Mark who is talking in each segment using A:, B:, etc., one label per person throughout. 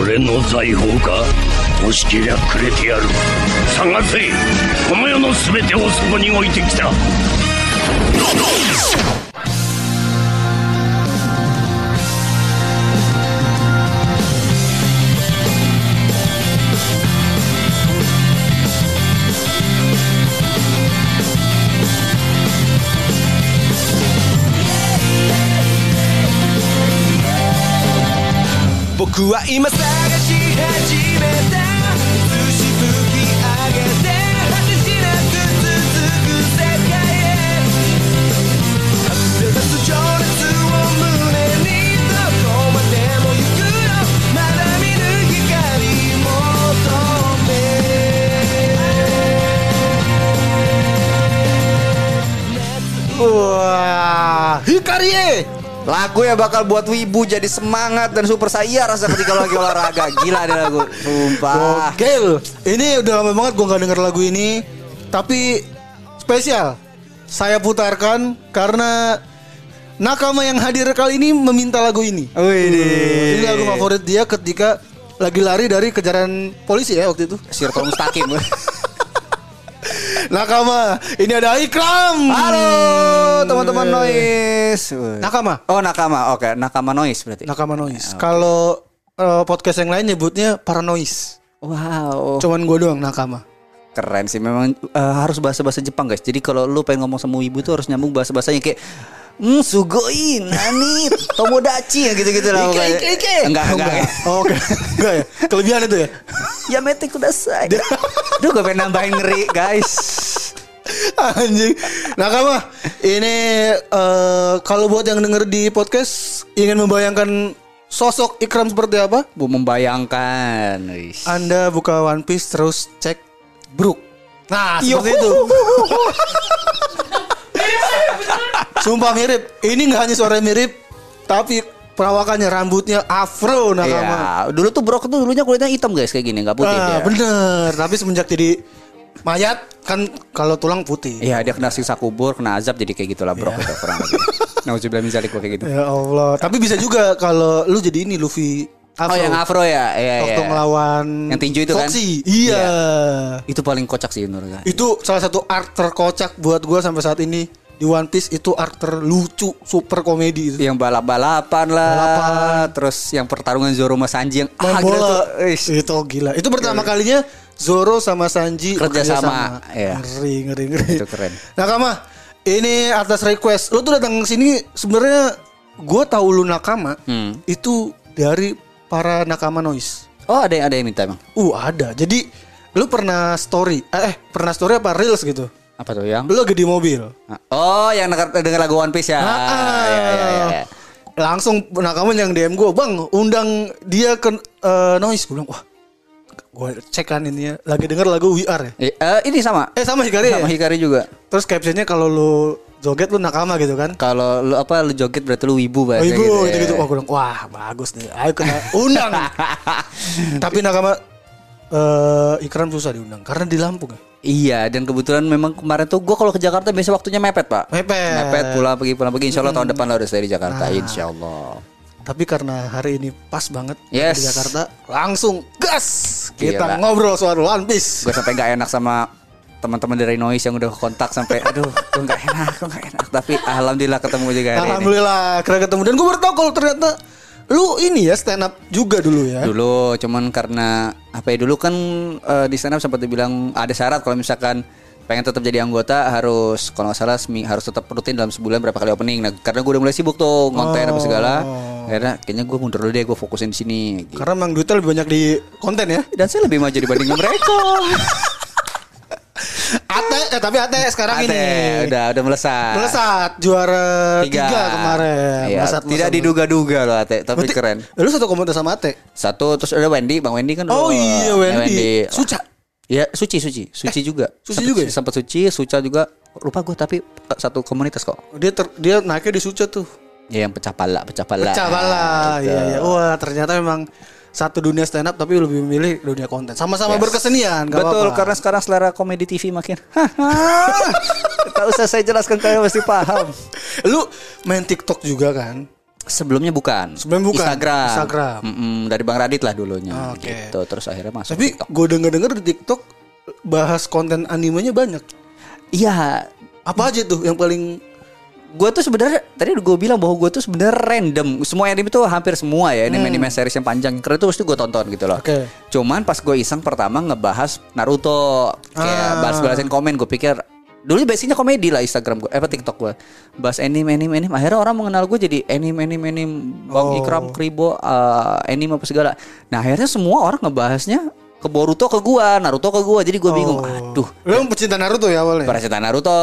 A: 俺の財宝か欲しけりゃくれてやる探せこの世の全てをそこに置いてきた
B: 僕は今探し始めた寿司吹き上げて果てしなく続く世界へ複雑情熱を胸にどこまでも行くのまだ見ぬ光求
C: Wah, Hikari ye.
D: Lagu yang bakal buat wibu jadi semangat dan super saya rasa ketika lu lagi olahraga. Gila deh lagu. Sumpah.
C: Gokil. Ini udah lama banget gua nggak denger lagu ini, tapi spesial. Saya putarkan karena Nakama yang hadir kali ini meminta lagu ini.
D: Wih.
C: Ini lagu favorit dia ketika lagi lari dari kejaran polisi ya waktu itu.
D: Sirto Mustaqim.
C: Nakama, ini ada Ikram.
D: Halo teman-teman noise.
C: Nakama.
D: Oh nakama. Oke, nakama noise berarti.
C: Nakama Noise. Kalau eh, podcast yang lain nyebutnya Paranoise.
D: Wow.
C: Cuman gue doang Nakama.
D: Keren sih memang eh, harus bahasa-bahasa Jepang guys. Jadi kalau lu pengen ngomong sama wibu tuh harus nyambung bahasa-bahasanya kayak Hmm, sugoi, nani, tomodachi ya gitu-gitu lah.
C: Ike,
D: pokoknya.
C: ike, ike.
D: Enggak,
C: Oh,
D: enggak.
C: enggak. Oh, Oke. Enggak ya. Kelebihan itu ya.
D: Ya mete kudasai. Duh, gue pengen nambahin ngeri, guys.
C: Anjing. Nakama, ini eh, kalau buat yang denger di podcast ingin membayangkan sosok Ikram seperti apa?
D: Bu membayangkan. Wis.
C: Anda buka One Piece terus cek Brook. Nah,
D: Yo.
C: seperti itu. Sumpah mirip. Ini nggak hanya suara mirip, tapi perawakannya, rambutnya afro nah, nakama.
D: Iya, dulu tuh Brok tuh dulunya kulitnya hitam guys kayak gini, nggak putih
C: Nah,
D: dia.
C: bener. Tapi semenjak jadi mayat kan kalau tulang putih.
D: Iya, dia kena siksa kubur, kena azab jadi kayak gitulah Brok
C: Iya.
D: itu kurang lebih. Nauzubillah min zalik, kayak gitu.
C: Ya Allah. Tapi bisa juga kalau lu jadi ini Luffy afro.
D: Oh, yang afro ya? Iya, iya.
C: Waktu ngelawan
D: Yang tinju itu kan?
C: Foxy. Iya.
D: Itu paling kocak sih menurut gue.
C: Itu salah satu art terkocak buat gua sampai saat ini di One Piece itu art terlucu, super komedi itu.
D: Yang balap-balapan lah,
C: Balapan.
D: terus yang pertarungan Zoro sama Sanji yang
C: Main
D: ah, gila
C: bola.
D: tuh. Wis.
C: itu gila. Itu pertama kalinya Zoro sama Sanji
D: Kerja
C: bekerja
D: sama, iya.
C: Ngeri, ngeri, ngeri.
D: Itu keren.
C: Nakama, ini atas request. Lu tuh datang ke sini sebenarnya gua tahu lu nakama
D: Hmm.
C: itu dari para nakama noise.
D: Oh, ada yang ada yang minta emang.
C: Uh, ada. Jadi lu pernah story eh eh, pernah story apa reels gitu?
D: Apa tuh yang?
C: Lu lagi di mobil.
D: Oh, yang denger, denger lagu One Piece ya.
C: Ah,
D: Iya, iya, iya, iya.
C: Langsung nakaman yang DM gue, bang undang dia ke eh, noise. Gue bilang, wah gue cek kan ini ya. Lagi denger lagu We Are ya.
D: Eh, eh, ini sama.
C: Eh sama Hikari ya?
D: Sama Hikari juga.
C: Terus captionnya kalau lu joget lu nakama gitu kan.
D: Kalau lu apa lu joget berarti lu wibu
C: Oh,
D: bahasanya
C: ibu
D: gitu.
C: gitu,
D: ya.
C: gitu. Wah, gue bilang, wah bagus nih. Ayo kena undang. Tapi nakama eh Ikram susah diundang karena di Lampung ya.
D: Iya, dan kebetulan memang kemarin tuh gua kalau ke Jakarta biasa waktunya mepet, Pak.
C: Mepet. Ah.
D: Mepet pulang pergi pulang pergi insyaallah tahun depan lo harus dari Jakarta insyaallah.
C: Tapi karena hari ini pas banget
D: Yes.
C: di Jakarta, langsung gas kita
D: Gila.
C: ngobrol soal One Piece.
D: Gue sampai nggak enak sama teman-teman dari Noise yang udah kontak sampai aduh, gue nggak enak, gue nggak enak. Tapi alhamdulillah ketemu juga hari ini.
C: Alhamdulillah keren ketemu dan gue baru tahu kalau ternyata lu ini ya stand up juga dulu ya.
D: Dulu cuman karena apa ya dulu kan eh, di sana sempat dibilang ada syarat kalau misalkan pengen tetap jadi anggota harus kalau nggak salah semi- harus tetap rutin dalam sebulan berapa kali opening. Nah, karena gue udah mulai sibuk tuh konten apa segala.
C: Oh.
D: Akhirnya kayaknya gue mundur dulu deh gue fokusin di sini. gitu.
C: Karena Mang Duta lebih banyak di konten ya.
D: Dan saya lebih maju dibanding mereka.
C: Ate eh, tapi Ate
D: Ate,
C: sekarang ini
D: udah udah melesat.
C: melesat juara tiga, kemarin.
D: Iya,
C: Melesat,
D: tidak
C: melesat,
D: diduga-duga loh Ate, tapi
C: melesat.
D: keren.
C: Berarti Lu satu komunitas sama Ate.
D: Satu terus ada Wendy, Bang Wendy kan. dua.
C: Oh iya Wendy.
D: Suci.
C: Suca. Eh,
D: Ya, Suci, Suci, Suci juga.
C: Suci juga ya?
D: Sempat Suci, Suca juga. Lupa gue tapi eh, satu komunitas kok.
C: Dia ter- dia naiknya di Suca tuh.
D: Ya yang pecah pala, pecah pala.
C: Pecah pala.
D: Gitu.
C: Iya iya. Wah, ternyata memang satu dunia stand up tapi lebih memilih dunia konten. Sama-sama
D: Yes.
C: berkesenian, nggak
D: Betul,
C: apa-apa.
D: karena sekarang selera komedi TV makin. Tak usah saya jelaskan kalian pasti paham.
C: lu main TikTok juga kan?
D: Sebelumnya bukan.
C: Sebelumnya bukan.
D: Instagram.
C: Instagram.
D: Mm-mm, dari Bang Radit lah dulunya.
C: Oke.
D: Gitu. Terus akhirnya masuk
C: Tapi
D: TikTok.
C: gue denger-denger di TikTok bahas konten animenya banyak.
D: Iya.
C: Apa aja tuh yang paling
D: Gue tuh sebenarnya tadi gue bilang bahwa gue tuh sebenarnya random. Semua anime tuh hampir semua ya anime anime series yang panjang. Karena itu pasti gue tonton gitu loh.
C: Hmm. Oke.
D: Cuman pas gue iseng pertama ngebahas Naruto kayak
C: Ah.
D: balas-balasin komen gue pikir dulu basicnya komedi lah Instagram gue, eh, apa TikTok gue, bahas anime anime anime. Akhirnya orang mengenal gue jadi anime anime anime, Bang
C: Oh.
D: Ikram, Kribo, eh, anime apa segala. Nah akhirnya semua orang ngebahasnya ke Boruto ke gua, Naruto ke gua. Jadi gue
C: Oh.
D: bingung, aduh
C: Lu emang pecinta Naruto ya awalnya?
D: Paracetamol Naruto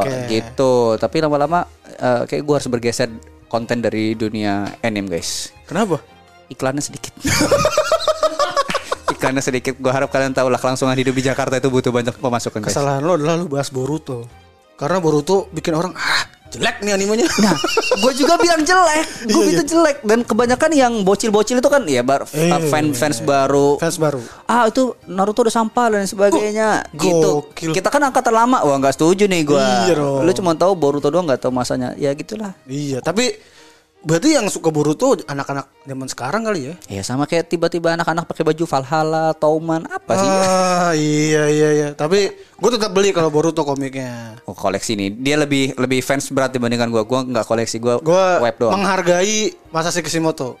C: Oke.
D: gitu. Tapi lama-lama eh, kayak gue harus bergeser konten dari dunia anime guys.
C: Kenapa?
D: Iklannya sedikit. Iklannya sedikit. Gue harap kalian tahu lah kelangsungan hidup di Jakarta itu butuh banyak pemasukan guys.
C: Kesalahan lo adalah lu bahas Boruto. Karena Boruto bikin orang ah jelek nih animenya.
D: Nah, gue juga bilang jelek, gue
C: Iya,
D: itu jelek dan kebanyakan yang bocil-bocil itu kan ya bar,
C: Iya,
D: fans fans baru
C: Fans baru.
D: ah itu Naruto udah sampah dan sebagainya
C: Huh,
D: gitu.
C: gokil.
D: Kita kan angkatan lama. Wah, nggak setuju nih gua.
C: Iya dong.
D: Lu cuma tahu Boruto doang nggak tahu masanya. Ya gitulah.
C: Iya, tapi berarti yang suka Boruto anak-anak zaman sekarang kali ya?
D: Ya sama kayak tiba-tiba anak-anak pakai baju Valhalla, Tauman, apa sih?
C: Ah, iya iya iya. Tapi gue tetap beli kalau Boruto komiknya.
D: Oh, koleksi nih. Dia lebih lebih fans berat dibandingkan gua. Gua nggak koleksi, gua,
C: Gue
D: web doang.
C: menghargai Masashi Kishimoto.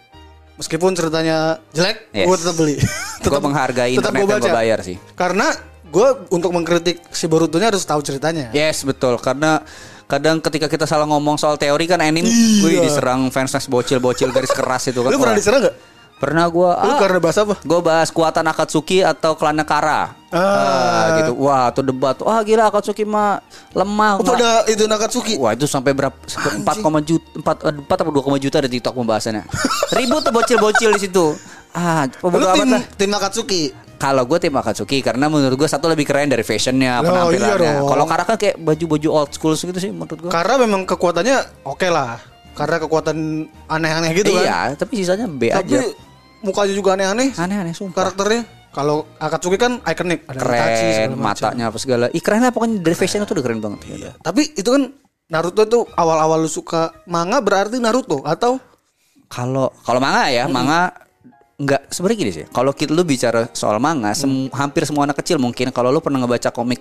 C: Meskipun ceritanya jelek,
D: Yes.
C: gue tetap beli.
D: Gua menghargai internet
C: gua
D: yang gua bayar sih.
C: Karanya gue untuk mengkritik si Borutonya harus tahu ceritanya.
D: Yes, betul. Karena kadang ketika kita salah ngomong soal teori kan anime, wih diserang fans-fans bocil-bocil garis keras itu kan.
C: Iya. Lu pernah
D: Wah.
C: diserang gak?
D: Pernah gua.
C: Lu
D: ah,
C: karena bahas apa?
D: Gue bahas kuatan Akatsuki atau Kelana Kara.
C: Ah.
D: gitu. Wah, tuh debat. Wah, gila Akatsuki mah lemah.
C: Oh,
D: nggak-
C: pada itu Nakatsuki.
D: Wah itu sampai berapa? Sampai 4, juta, 4, 4 atau 2, juta ada TikTok pembahasannya. Ribut tuh bocil-bocil di situ. Ah,
C: Lu
D: pembunuh amat
C: tim,
D: lah.
C: tim Nakatsuki.
D: Kalau gue tim Akatsuki karena menurut gue satu lebih keren dari fashionnya,
C: Oh, iya
D: penampilannya.
C: dong.
D: Kalau Karaka kayak baju-baju old school gitu sih menurut gue.
C: Karena memang kekuatannya oke lah. Karena kekuatan aneh-aneh gitu kan.
D: iya, tapi sisanya B
C: Tapi
D: aja.
C: mukanya juga aneh-aneh.
D: Aneh-aneh sumpah.
C: Karakternya kalau Akatsuki kan ikonik ada Itachi, segala
D: Keren,
C: macam.
D: matanya apa segala. Ih keren lah pokoknya dari fashion itu udah keren banget. Iya.
C: Tapi itu kan Naruto itu awal-awal lu suka manga berarti Naruto atau
D: Kalau kalau manga ya, manga nggak sebenarnya gini sih. Kalau kita lu bicara soal manga, sem- hampir semua anak kecil mungkin kalau lu pernah ngebaca komik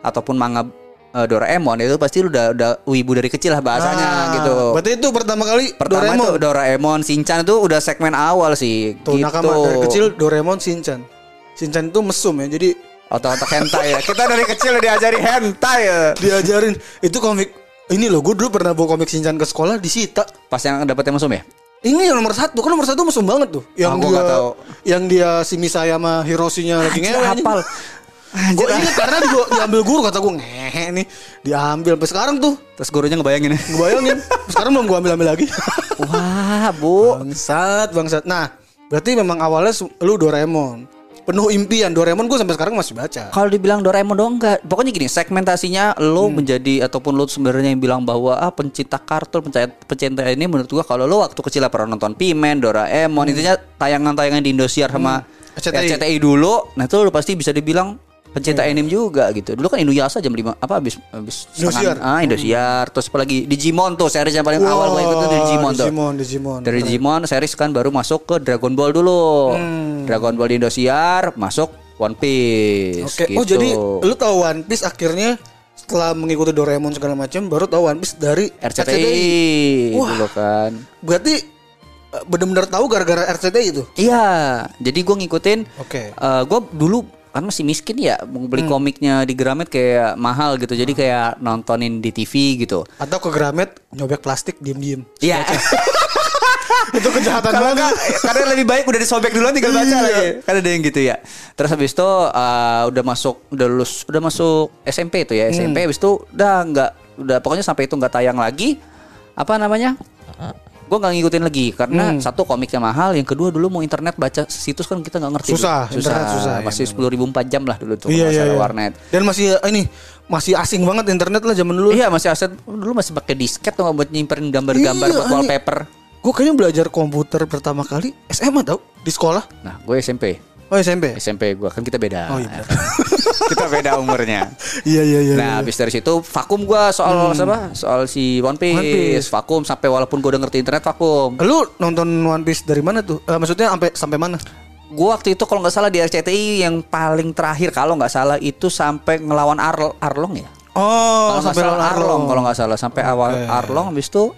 D: ataupun manga eh, Doraemon itu pasti lu udah udah wibu dari kecil lah bahasanya
C: Ah,
D: gitu.
C: Berarti itu pertama kali
D: Pertama
C: Doraemon.
D: tuh Doraemon, Shinchan itu udah segmen awal sih
C: Tuh
D: gitu.
C: nakama dari kecil Doraemon Shinchan. Shinchan itu mesum ya. Jadi
D: Otak-otak hentai ya. Kita dari kecil udah diajari hentai ya.
C: diajarin itu komik ini loh gue dulu pernah bawa komik Shinchan ke sekolah disita.
D: Pas yang dapat yang mesum ya?
C: Ini yang nomor satu kan nomor satu mesum banget tuh. Yang
D: Ah, gua
C: dia
D: nggak tahu.
C: yang dia si Misaya sama Hiroshinya lagi ngewe. anjing.
D: hafal. Anjir.
C: Gua inget karena di- diambil guru kata gue ngehe nih diambil sampai sekarang tuh
D: Terus gurunya ngebayangin.
C: gue bayangin sekarang belum gue ambil ambil lagi
D: Wah, Bu.
C: bangsat bangsat nah berarti memang awalnya su- lu Doraemon penuh impian Doraemon gue sampai sekarang masih baca
D: Kalau dibilang Doraemon doang enggak. Pokoknya gini, segmentasinya lo menjadi ataupun lo sebenarnya yang bilang bahwa ah pencinta kartun, pencinta, pencinta ini menurut gua kalau lo waktu kecil lah pernah nonton Pimen, Doraemon, intinya tayangan-tayangan di Indosiar sama
C: RCTI.
D: RCTI. dulu, nah itu lo pasti bisa dibilang pencinta anime juga gitu. Dulu kan Inuyasha jam 5 apa habis habis setengah-
C: Indosiar.
D: ah Indosiar, terus apalagi Digimon tuh series yang paling
C: Wah,
D: awal gue ikutin tuh Digimon tuh.
C: Digimon Digimon
D: Dari Digimon series kan baru masuk ke Dragon Ball dulu.
C: Hmm.
D: Dragon Ball di Indosiar masuk One Piece. gitu.
C: oke oh jadi lu tahu One Piece akhirnya setelah mengikuti Doraemon segala macam baru tahu One Piece dari
D: RCTI
C: Wah.
D: dulu kan.
C: berarti eh, benar-benar tahu gara-gara RCTI itu
D: Iya, jadi gue ngikutin.
C: Oke. Hmm.
D: eh, gue dulu kan masih miskin ya, mau beli komiknya di Gramet kayak mahal gitu. Jadi kayak nontonin di TV gitu.
C: atau ke Gramet nyobek plastik diem-diem
D: Iya.
C: itu kejahatan
D: Kalau
C: banget
D: enggak, karena lebih baik udah disobek duluan tinggal baca
C: Iya.
D: lagi. Kan ada yang gitu ya. Terus habis itu eh, udah masuk, udah lulus, udah masuk SMP itu ya SMP. Habis itu udah nggak, udah pokoknya sampai itu nggak tayang lagi. Apa namanya? Gue nggak ngikutin lagi karena satu komiknya mahal, yang kedua dulu mau internet baca situs kan kita nggak ngerti. dulu.
C: Susah, internet susah, ya,
D: Masih
C: bener.
D: sepuluh ribu empat jam lah dulu tuh kalau
C: Iya
D: nggak
C: iya.
D: salah
C: iya.
D: warnet.
C: Dan masih eh, ini masih asing banget internet lah zaman dulu.
D: Iya masih aset dulu masih pakai disket tuh nggak buat nyimpen gambar-gambar
C: Iya,
D: buat
C: aneh.
D: wallpaper.
C: Gue kayaknya belajar komputer pertama kali SMA tau di sekolah.
D: Nah, gue SMP.
C: Oh SMP.
D: SMP gue kan kita beda.
C: Oh iya. bener.
D: Kita beda umurnya.
C: Iya iya iya. Hmm.
D: Nah, habis dari situ vakum gua soal apa? Soal si One Piece.
C: One Piece.
D: Vakum sampai walaupun gua udah ngerti internet vakum.
C: iya. Lu nonton One Piece dari mana tuh? Eh, maksudnya sampai sampai mana?
D: Gua waktu itu kalau nggak salah di RCTI yang paling terakhir kalau nggak salah itu sampai ngelawan Arl- Arlong ya.
C: Oh,
D: Kalau nggak salah Arlong, kalau nggak salah sampai awal Arlong habis itu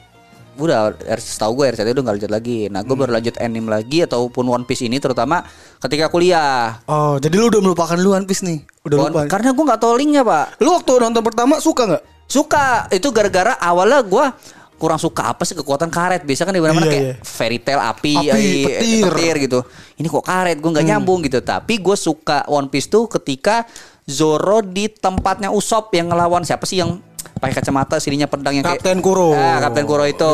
D: udah R- setahu gue RCTI udah nggak lanjut lagi. Nah,
C: Hmm.
D: gue baru lanjut anime lagi ataupun One Piece ini terutama ketika kuliah.
C: Oh, jadi lu udah melupakan lu One Piece nih. Udah
D: Wan-
C: lupa.
D: Karena gue nggak tahu linknya pak.
C: Lu waktu nonton pertama suka nggak?
D: Suka itu gara-gara awalnya gua kurang suka apa sih kekuatan karet biasa kan di mana-mana
C: Iya,
D: kayak
C: iya.
D: fairy tale api,
C: Api,
D: ai-
C: petir. Hmm.
D: gitu ini kok karet gua nggak nyambung gitu tapi gue suka One Piece tuh ketika Zoro di tempatnya Usopp yang ngelawan siapa sih yang pakai kacamata sininya pedang yang
C: Kapten
D: kayak,
C: Kuro.
D: ah, Kapten Kuro itu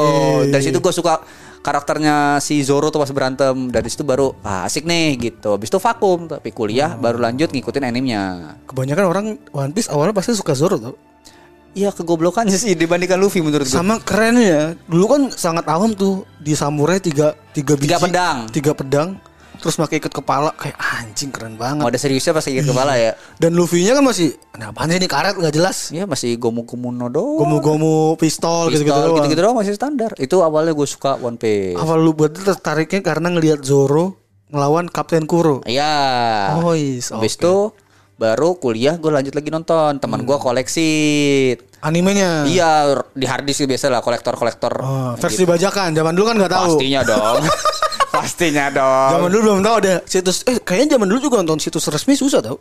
C: Iya.
D: dari situ gue suka karakternya si Zoro tuh pas berantem dari situ baru ah, asik nih gitu habis itu vakum tapi kuliah
C: Hmm.
D: baru lanjut ngikutin animenya
C: Kebanyakan orang One Piece awalnya pasti suka Zoro tuh.
D: Iya kegoblokannya sih dibandingkan Luffy menurut gue.
C: Sama kerennya, dulu kan sangat awam tuh di samurai tiga tiga biji,
D: Tiga pedang.
C: tiga pedang, terus pakai ikat kepala kayak "Ah, anjing keren
D: Oh,
C: banget.
D: ada seriusnya pas sakit kepala ya.
C: Dan Luffy-nya kan masih, kenapa sih ini karet nggak jelas?
D: Iya masih gomu-gomu no doang.
C: Gomu-gomu pistol,
D: Pistol,
C: gitu-gitu doang. Ah.
D: gitu-gitu doang masih standar. Itu awalnya gue suka One Piece.
C: Apa lu buat tertariknya karena ngelihat Zoro ngelawan Kapten Kuro?
D: Iya.
C: Oh, is,
D: Habis
C: oke.
D: itu baru kuliah gue lanjut lagi nonton. Teman
C: Hmm.
D: gua koleksi.
C: Animenya.
D: Iya di harddisk biasa lah kolektor-kolektor.
C: Hmm.
D: Gitu.
C: Oh, versi bajakan. Zaman dulu kan nggak tahu.
D: Pastinya dong. Pastinya dong.
C: Zaman dulu belum tahu ada situs eh kayaknya zaman dulu juga nonton situs resmi susah tau.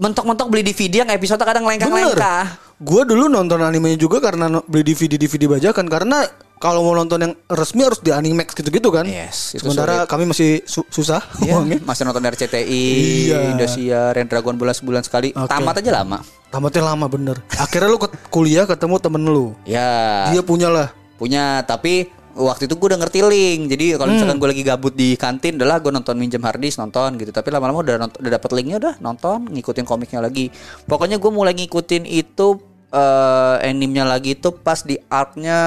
D: Mentok-mentok beli DVD yang episode kadang lengkah-lengkah.
C: Gue dulu nonton animenya juga karena no- beli DVD DVD bajakan karena kalau mau nonton yang resmi harus di Animax gitu-gitu kan.
D: Yes, itu
C: Sementara
D: sulit.
C: kami masih su- susah
D: Iya,
C: uangnya.
D: masih nonton RCTI,
C: Iya.
D: Indosiar, yang Dragon bulan sebulan sekali.
C: Oke.
D: Tamat aja lama.
C: Tamatnya lama bener. Akhirnya lu ke kuliah ketemu temen lu.
D: Ya,
C: Dia punya lah.
D: punya tapi waktu itu gue udah ngerti link. Jadi kalau
C: Hmm.
D: misalkan gue lagi gabut di kantin, adalah gue nonton minjem harddisk nonton gitu. Tapi lama-lama udah nont- udah dapet linknya udah nonton, ngikutin komiknya lagi. Pokoknya gue mulai ngikutin itu eh animnya lagi itu pas di artnya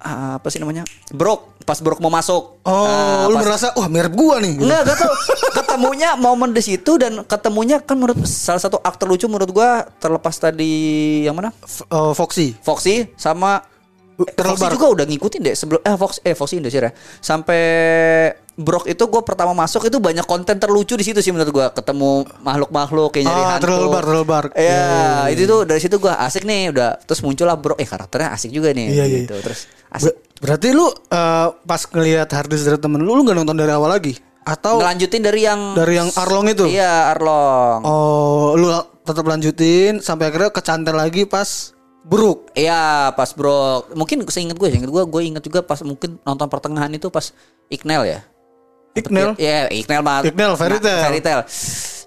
D: apa sih namanya? Brok, pas Brok mau masuk.
C: Oh,
D: Nah,
C: lu
D: pas- Nah.
C: merasa wah mirip gua nih. Gitu.
D: Enggak, gak tau. Ketemunya momen di situ dan ketemunya kan menurut salah satu aktor lucu menurut gua terlepas tadi yang mana?
C: F- eh, Foxy.
D: Foxy sama
C: Uh,
D: eh, Foxy
C: Terlebar.
D: juga udah ngikutin deh sebelum eh Fox eh Foxy Indonesia ya. Sampai Brok itu gua pertama masuk itu banyak konten terlucu di situ sih menurut gua ketemu makhluk-makhluk kayak nyari
C: Ah,
D: hantu.
C: terlebar, terlebar.
D: Iya,
C: Iya,
D: itu tuh dari situ gua asik nih udah terus muncullah Brok eh karakternya asik juga nih
C: Iya, iya.
D: gitu. Terus asik
C: Ber- berarti lu eh, pas ngelihat harddisk dari temen lu, lu nggak nonton dari awal lagi? Atau
D: ngelanjutin dari yang
C: Oh. dari yang Arlong itu?
D: Iya, Arlong.
C: Oh, lu la- tetap lanjutin sampai akhirnya kecantel lagi pas Brook.
D: Iya pas bro Mungkin seinget gue Seinget gue Gue inget juga pas mungkin Nonton pertengahan itu pas Iqnel ya
C: Ignel,
D: Iya Iqnel mah
C: Iqnel, Fairy
D: ma-
C: Tail.
D: Fairy Tail.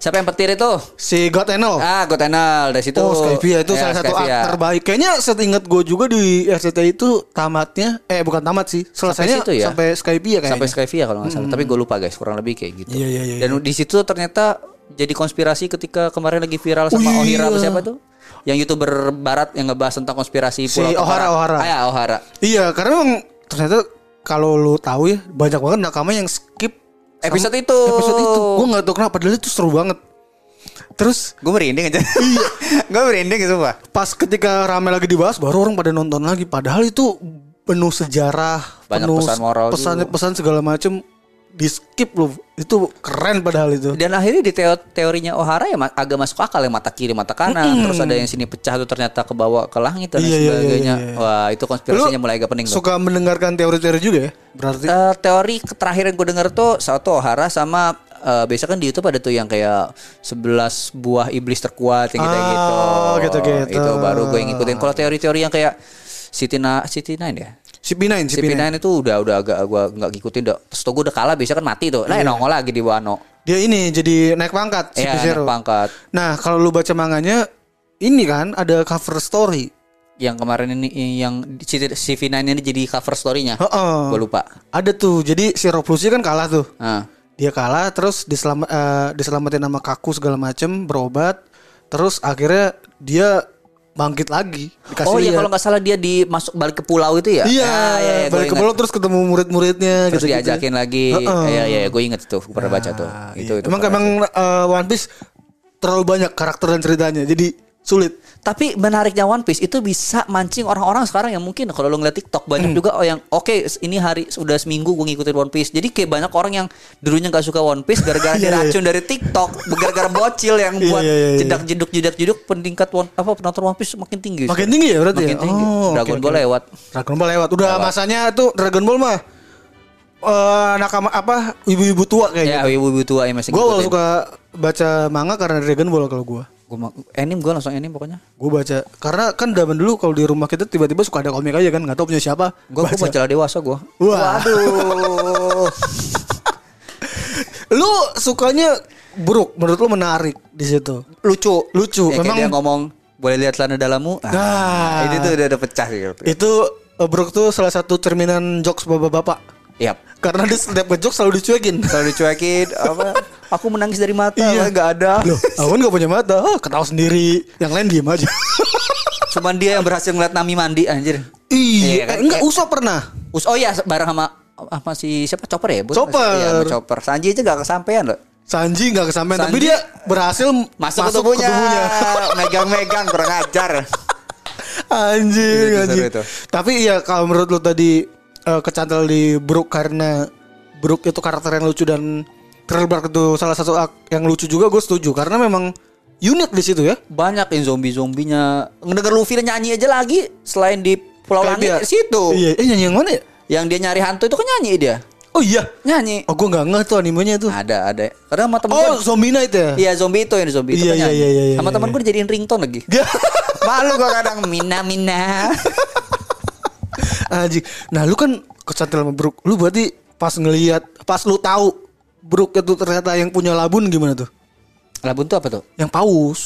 D: Siapa yang petir itu
C: si God Enel.
D: Ah Iya, gue tenal Dari situ Ya,
C: oh, Skyvia itu salah satu
D: aktor
C: aktor terbaik. Kayaknya seingat gue juga di RCTI itu tamatnya eh bukan tamat sih, selesainya
D: situ ya?
C: sampai, Skyvia kayaknya. Hmm.
D: Sampai Skyvia kalau nggak salah Tapi gue lupa guys Kurang lebih kayak gitu
C: Iya, iya, iya,
D: Dan di situ ternyata Jadi konspirasi ketika Kemarin lagi viral Sama
C: Oh,
D: Ohira apa
C: iya.
D: siapa tuh Yang youtuber barat Yang ngebahas tentang konspirasi
C: Si
D: Pulau
C: Ohara, Ohara.
D: Ah, ya, Ohara
C: Iya, karena memang ternyata kalau lu tahu ya banyak banget nakama yang skip
D: Episode itu
C: episode itu. Gue nggak tahu kenapa padahal itu seru banget. Terus
D: Gue merinding aja
C: Iya.
D: Gue merinding sumpah
C: pas ketika rame lagi dibahas baru orang pada nonton lagi padahal itu penuh sejarah
D: Banyak
C: penuh
D: pesan moral
C: pesan
D: juga.
C: pesan segala macem di skip loh itu keren padahal itu
D: Dan akhirnya di teo- teorinya Ohara ya ma- agak masuk akal yang mata kiri mata kanan terus ada yang sini pecah tuh ternyata ke bawah ke langit dan lain
C: Iya, iya, iya,
D: sebagainya.
C: iya, iya.
D: Wah, itu konspirasinya mulai agak pening tuh.
C: suka mendengarkan teori-teori juga ya berarti
D: Eh, teori ke- terakhir yang gue denger tuh satu Ohara sama eh, biasanya kan di YouTube ada tuh yang kayak 11 buah iblis terkuat yang kayak gitu.
C: Ah, gitu-gitu.
D: Itu baru gue ngikutin. Kalau teori-teori yang kayak City Na- City Nine ya.
C: CP9
D: City
C: CP9
D: Nine itu udah udah agak gue nggak ngikutin. Udah. Terus tuh gue udah kalah biasanya kan mati tuh. Nah,
C: Iya.
D: nongol lagi di Wano.
C: dia ini jadi naik pangkat
D: Iya,
C: CP0
D: naik pangkat.
C: nah kalau lu baca manganya ini kan ada cover story
D: yang kemarin ini eh, yang CV9 ini jadi cover story-nya.
C: Heeh.
D: Gue lupa.
C: ada tuh jadi si Roblusi kan kalah tuh
D: Nah,
C: dia kalah terus diselama, eh, diselamatin nama kaku segala macem berobat terus akhirnya dia bangkit lagi dikasih
D: Oh iya
C: lihat.
D: kalau nggak salah dia dimasuk balik ke pulau itu ya?
C: Iya,
D: Ah, iya, iya, gua
C: balik ke
D: ingat.
C: pulau terus ketemu murid-muridnya
D: terus
C: gitu
D: diajakin lagi.
C: Heeh. Ah, iya.
D: Iya iya gue inget tuh, gue pernah baca tuh. Itu itu.
C: emang
D: pernah
C: emang
D: baca.
C: eh, One Piece terlalu banyak karakter dan ceritanya, jadi sulit.
D: Tapi menariknya One Piece itu bisa mancing orang-orang sekarang yang mungkin kalau lo ngeliat TikTok banyak
C: Hmm.
D: juga oh yang oke ini hari sudah seminggu gue ngikutin One Piece. Jadi kayak banyak orang yang dulunya nggak suka One Piece gara-gara
C: Iya, iya.
D: diracun dari TikTok, gara-gara bocil yang
C: Iya,
D: buat
C: iya, iya, iya.
D: jedak-jeduk jedak-jeduk peningkat one, apa penonton One Piece makin tinggi.
C: Makin tinggi ya berarti
D: Makin
C: ya?
D: tinggi.
C: Oh, oke,
D: Dragon
C: oke.
D: Ball lewat.
C: Dragon Ball lewat. Udah masanya tuh Dragon Ball mah eh nakama apa ibu-ibu tua
D: Ya,
C: kayaknya.
D: ibu-ibu tua yang masih
C: Eh, gitu. Gua gue
D: ngikutin.
C: suka baca manga karena Dragon Ball kalau gua.
D: Gua mau- anime gue langsung anime pokoknya.
C: Gue baca karena kan zaman dulu kalau di rumah kita tiba-tiba suka ada komik aja kan nggak tahu punya siapa.
D: Gue baca. baca lah dewasa gue.
C: Wah.
D: Waduh.
C: Lu sukanya buruk menurut lu menarik di situ.
D: Lucu.
C: Lucu,
D: Ya,
C: memang-
D: memang dia ngomong boleh lihat celana dalammu. Ah,
C: Nah.
D: ini tuh udah, udah pecah gitu.
C: Itu eh, buruk tuh salah satu cerminan jokes bapak-bapak.
D: Yap.
C: Karena dia setiap ngejok selalu dicuekin.
D: Kalau dicuekin apa aku menangis dari mata
C: Iya.
D: iya. nggak ada.
C: Loh, Awan gak punya mata. Ah, ketawa sendiri. Yang lain diem aja.
D: Cuman dia yang berhasil ngeliat Nami mandi anjir.
C: iya,
D: kan?
C: eh, enggak
D: Kayak-
C: usah pernah.
D: Us oh iya bareng sama sama si siapa Chopper ya? Bos?
C: Chopper.
D: Iya, sama Chopper. Sanji aja gak kesampaian loh.
C: Sanji nggak kesampean, tapi
D: Sanji-
C: dia berhasil
D: Masuk, ke tubuhnya. Megang-megang kurang ajar.
C: anjing,
D: Itu
C: anjing.
D: seru itu.
C: Tapi ya kalau menurut lu tadi eh, kecantel di Brook karena Brook itu karakter yang lucu dan Trailer Bark itu salah satu ak- yang lucu juga gue setuju karena memang unik di situ ya.
D: banyak yang zombie-zombinya. Ngedenger Luffy nyanyi aja lagi selain di Pulau Langit
C: Kayak dia-
D: situ.
C: Iya, eh, nyanyi yang mana ya?
D: Yang dia nyari hantu itu kan nyanyi dia.
C: Oh iya.
D: Nyanyi.
C: Oh gue nggak ngeh tuh animenya tuh.
D: Ada, ada. Karena sama temen
C: Oh
D: gua-
C: Zombie Night ya.
D: Ah, Iya, zombie itu yang di zombie itu
C: Iya,
D: kan
C: iya,
D: nyanyi.
C: iya, iya, iya,
D: Sama
C: iya.
D: temen gue dijadiin ringtone lagi. Malu gua kadang mina mina.
C: Anjing. Nah, lu kan kecantil sama Brook. Lu berarti pas ngelihat, pas lu tahu Brook itu ternyata yang punya labun gimana tuh?
D: Labun tuh apa tuh?
C: Yang paus.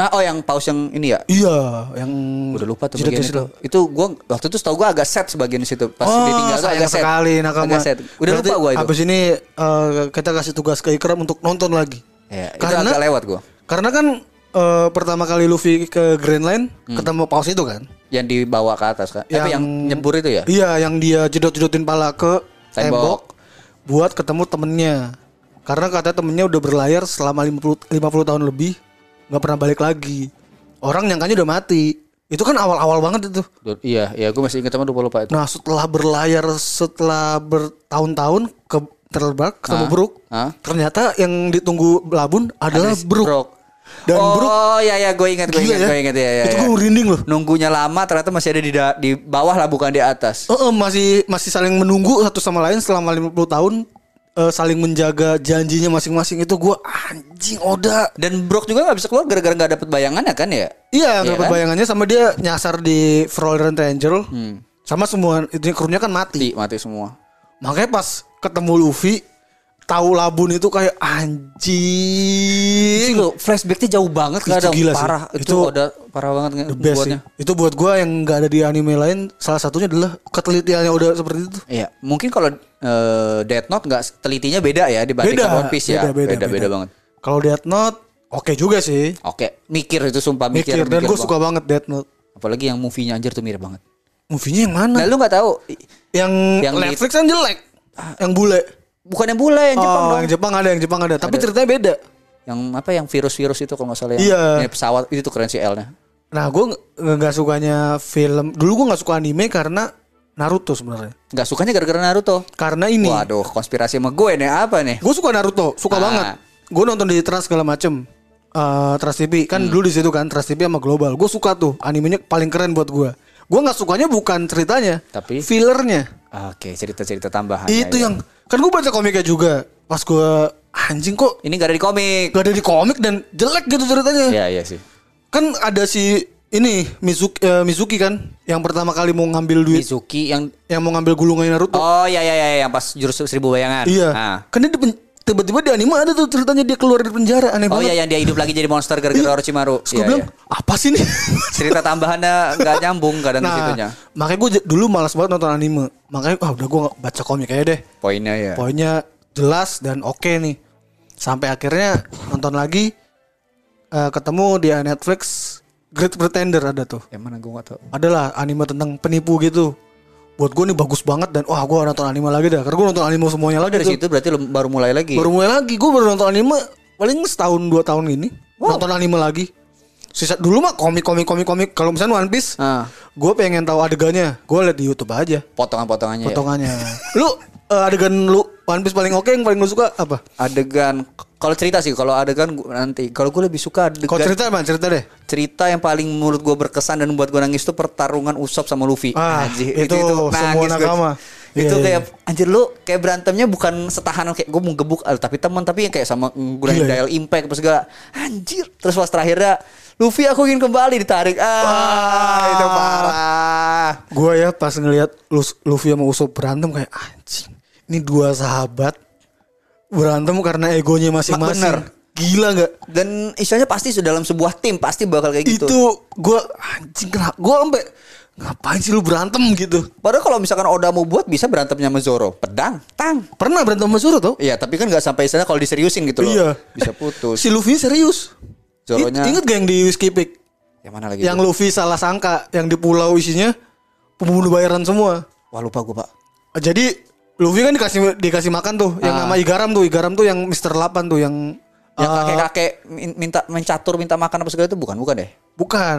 D: Ah, oh yang paus yang ini ya.
C: Iya, yang
D: Udah lupa tuh
C: jidat
D: bagian
C: itu.
D: itu. Itu gua waktu itu setahu gua agak set sebagian di situ pas
C: oh,
D: ditinggal tuh
C: sayang
D: agak set.
C: sekali nakama.
D: Agak set. Udah
C: Berarti
D: lupa gua itu.
C: Abis ini eh, kita kasih tugas ke Ikram untuk nonton lagi.
D: Iya, itu agak lewat gua.
C: Karena kan eh, pertama kali Luffy ke Grand Line ketemu paus itu kan.
D: Yang dibawa ke atas kan. Apa Hmm. yang nyembur itu ya?
C: Iya, yang dia jedot-jedotin pala ke tembok.
D: Tembok.
C: buat ketemu temennya. Karena kata temennya udah berlayar selama 50 50 tahun lebih, nggak pernah balik lagi. Orang nyangkanya udah mati. Itu kan awal-awal banget itu.
D: Du- Iya, iya gue masih ingat sama lupa lupa itu.
C: Nah, setelah berlayar setelah bertahun-tahun ke terbang ketemu
D: Hah?
C: Brook.
D: Hah?
C: Ternyata yang ditunggu Labun adalah
D: Ada
C: Brook.
D: Brook.
C: Dan
D: oh,
C: Brook
D: ya ya gue ingat gue
C: Gila
D: ingat
C: ya.
D: gue ingat ya, ya,
C: Itu
D: ya.
C: gue merinding loh.
D: Nunggunya lama ternyata masih ada di da- di bawah lah bukan di atas.
C: Eh, eh, masih masih saling menunggu satu sama lain selama 50 tahun eh, saling menjaga janjinya masing-masing itu gua anjing Oda.
D: Dan Brook juga nggak bisa keluar gara-gara nggak dapet bayangannya kan ya?
C: Iya,
D: kan?
C: nggak bayangannya sama dia nyasar di Florent Angel.
D: Hmm.
C: Sama semua itu krunya kan mati.
D: Mati, mati semua.
C: Makanya pas ketemu Luffy tahu labun itu kayak anjing.
D: Itu flashbacknya jauh banget
C: Itu
D: kadang
C: gila sih.
D: parah. Itu,
C: Itu
D: udah parah banget nge-
C: The best sih.
D: buatnya.
C: Itu buat gua yang nggak ada di anime lain salah satunya adalah ketelitiannya udah seperti itu.
D: Iya, mungkin kalau eh, Death Note nggak telitinya beda ya dibandingkan
C: Beda,
D: One Piece ya. Beda beda, banget.
C: Kalau Death Note oke juga sih.
D: Oke, mikir itu sumpah mikir.
C: Mikir, dan
D: mikir
C: gue
D: banget.
C: suka banget Death Note.
D: Apalagi yang movie-nya anjir tuh mirip banget.
C: Movie-nya yang mana?
D: Nah, lu nggak tahu
C: yang,
D: Yang di-
C: Netflix kan jelek. Yang bule.
D: Bukan yang bule yang Jepang
C: oh,
D: dong.
C: yang Jepang ada, yang Jepang ada. Tapi ceritanya beda.
D: Yang apa yang virus-virus itu kalau nggak salah yang
C: Iya.
D: ini pesawat itu tuh keren sih L-nya.
C: Nah, gue nggak sukanya film. Dulu gue nggak suka anime karena Naruto sebenarnya.
D: Nggak sukanya gara-gara Naruto.
C: Karena ini.
D: Waduh, konspirasi sama gue nih apa nih?
C: Gue suka Naruto, suka
D: Nah.
C: banget. Gue nonton di Trans segala macem. Eh, Trans TV kan
D: Hmm.
C: dulu di situ kan Trans TV sama Global. Gue suka tuh animenya paling keren buat gue. Gue nggak sukanya bukan ceritanya,
D: Tapi?
C: fillernya.
D: Oke, cerita-cerita tambahan.
C: itu
D: ya, ya.
C: yang kan gue baca komiknya juga. Pas gue anjing kok
D: ini gak ada di komik.
C: gak ada di komik dan jelek gitu ceritanya.
D: Iya, iya sih.
C: Kan ada si ini Mizuki, eh, Mizuki kan yang pertama kali mau ngambil duit,
D: Mizuki yang
C: yang mau ngambil gulungan Naruto.
D: Oh iya iya iya yang pas jurus seribu bayangan.
C: Iya.
D: Nah.
C: Kan dia di pen- tiba-tiba di anime ada tuh ceritanya dia keluar dari penjara aneh
D: Oh
C: banget.
D: iya yang dia hidup lagi jadi monster
C: Iya.
D: gara-gara Orochimaru.
C: Terus gue
D: Iya,
C: bilang
D: iya.
C: apa sih nih?
D: cerita tambahannya nggak nyambung kadang di
C: nah,
D: situnya.
C: makanya gue dulu malas banget nonton anime. Makanya ah udah gue baca komik aja deh.
D: Poinnya ya.
C: Poinnya jelas dan oke nih. Sampai akhirnya nonton lagi eh, ketemu di Netflix Great Pretender ada tuh.
D: Yang mana gue gak tau.
C: Adalah anime tentang penipu gitu. Buat gue nih bagus banget dan wah gue nonton anime lagi dah. Karena gue nonton anime semuanya lagi
D: Dari
C: tuh.
D: situ berarti lu baru mulai lagi.
C: Baru mulai lagi gue baru nonton anime paling setahun dua tahun ini nonton anime lagi. Sisa dulu mah komik komik komik komik kalau misalnya One Piece,
D: Ah.
C: gue pengen tahu adegannya, gue liat di YouTube aja
D: Potongan-potongannya. ya.
C: potongannya. lu eh, adegan lu One Piece paling oke yang paling lu suka apa?
D: Adegan kalau cerita sih kalau adegan gua- nanti kalau gue lebih suka adegan
C: Kau cerita apa? Cerita deh.
D: cerita yang paling menurut gue berkesan dan buat gue nangis tuh pertarungan Usop sama Luffy.
C: Ah,
D: Anjir,
C: itu semua
D: gua.
C: nakama.
D: Itu
C: Iya,
D: kayak anjir lu kayak berantemnya bukan setahanan kayak gue mau gebuk ah, tapi teman tapi yang kayak sama nggunain
C: Gila, ya.
D: dial impact apa segala. Anjir, terus pas terakhirnya Luffy aku ingin kembali ditarik. Ah, itu parah.
C: Gue ya pas ngelihat Lus- Luffy sama Usopp berantem kayak anjing. Ini dua sahabat berantem karena egonya masing-masing.
D: Bener.
C: Gila nggak?
D: Dan istilahnya pasti sudah dalam sebuah tim pasti bakal kayak gitu.
C: Itu gue anjing kenapa? Gue sampai ngapain sih lu berantem gitu?
D: Padahal kalau misalkan Oda mau buat bisa berantemnya sama Zoro. Pedang, tang.
C: Pernah berantem sama Zoro tau?
D: Iya, tapi kan nggak sampai istilahnya kalau diseriusin gitu loh. Bisa putus.
C: Iya. Si Luffy serius.
D: Zoronya-
C: Ingat gak yang di Whiskey Peak?
D: Yang mana lagi?
C: Yang
D: tuh?
C: Luffy salah sangka yang di pulau isinya pembunuh bayaran semua.
D: Wah lupa gue pak.
C: Jadi Luffy kan dikasih dikasih makan tuh yang
D: Ah.
C: nama Igaram tuh, Igaram tuh yang Mister 8 tuh yang
D: Yang
C: eh,
D: kakek-kakek min- minta mencatur minta makan apa segala itu bukan ya? bukan deh.
C: bukan.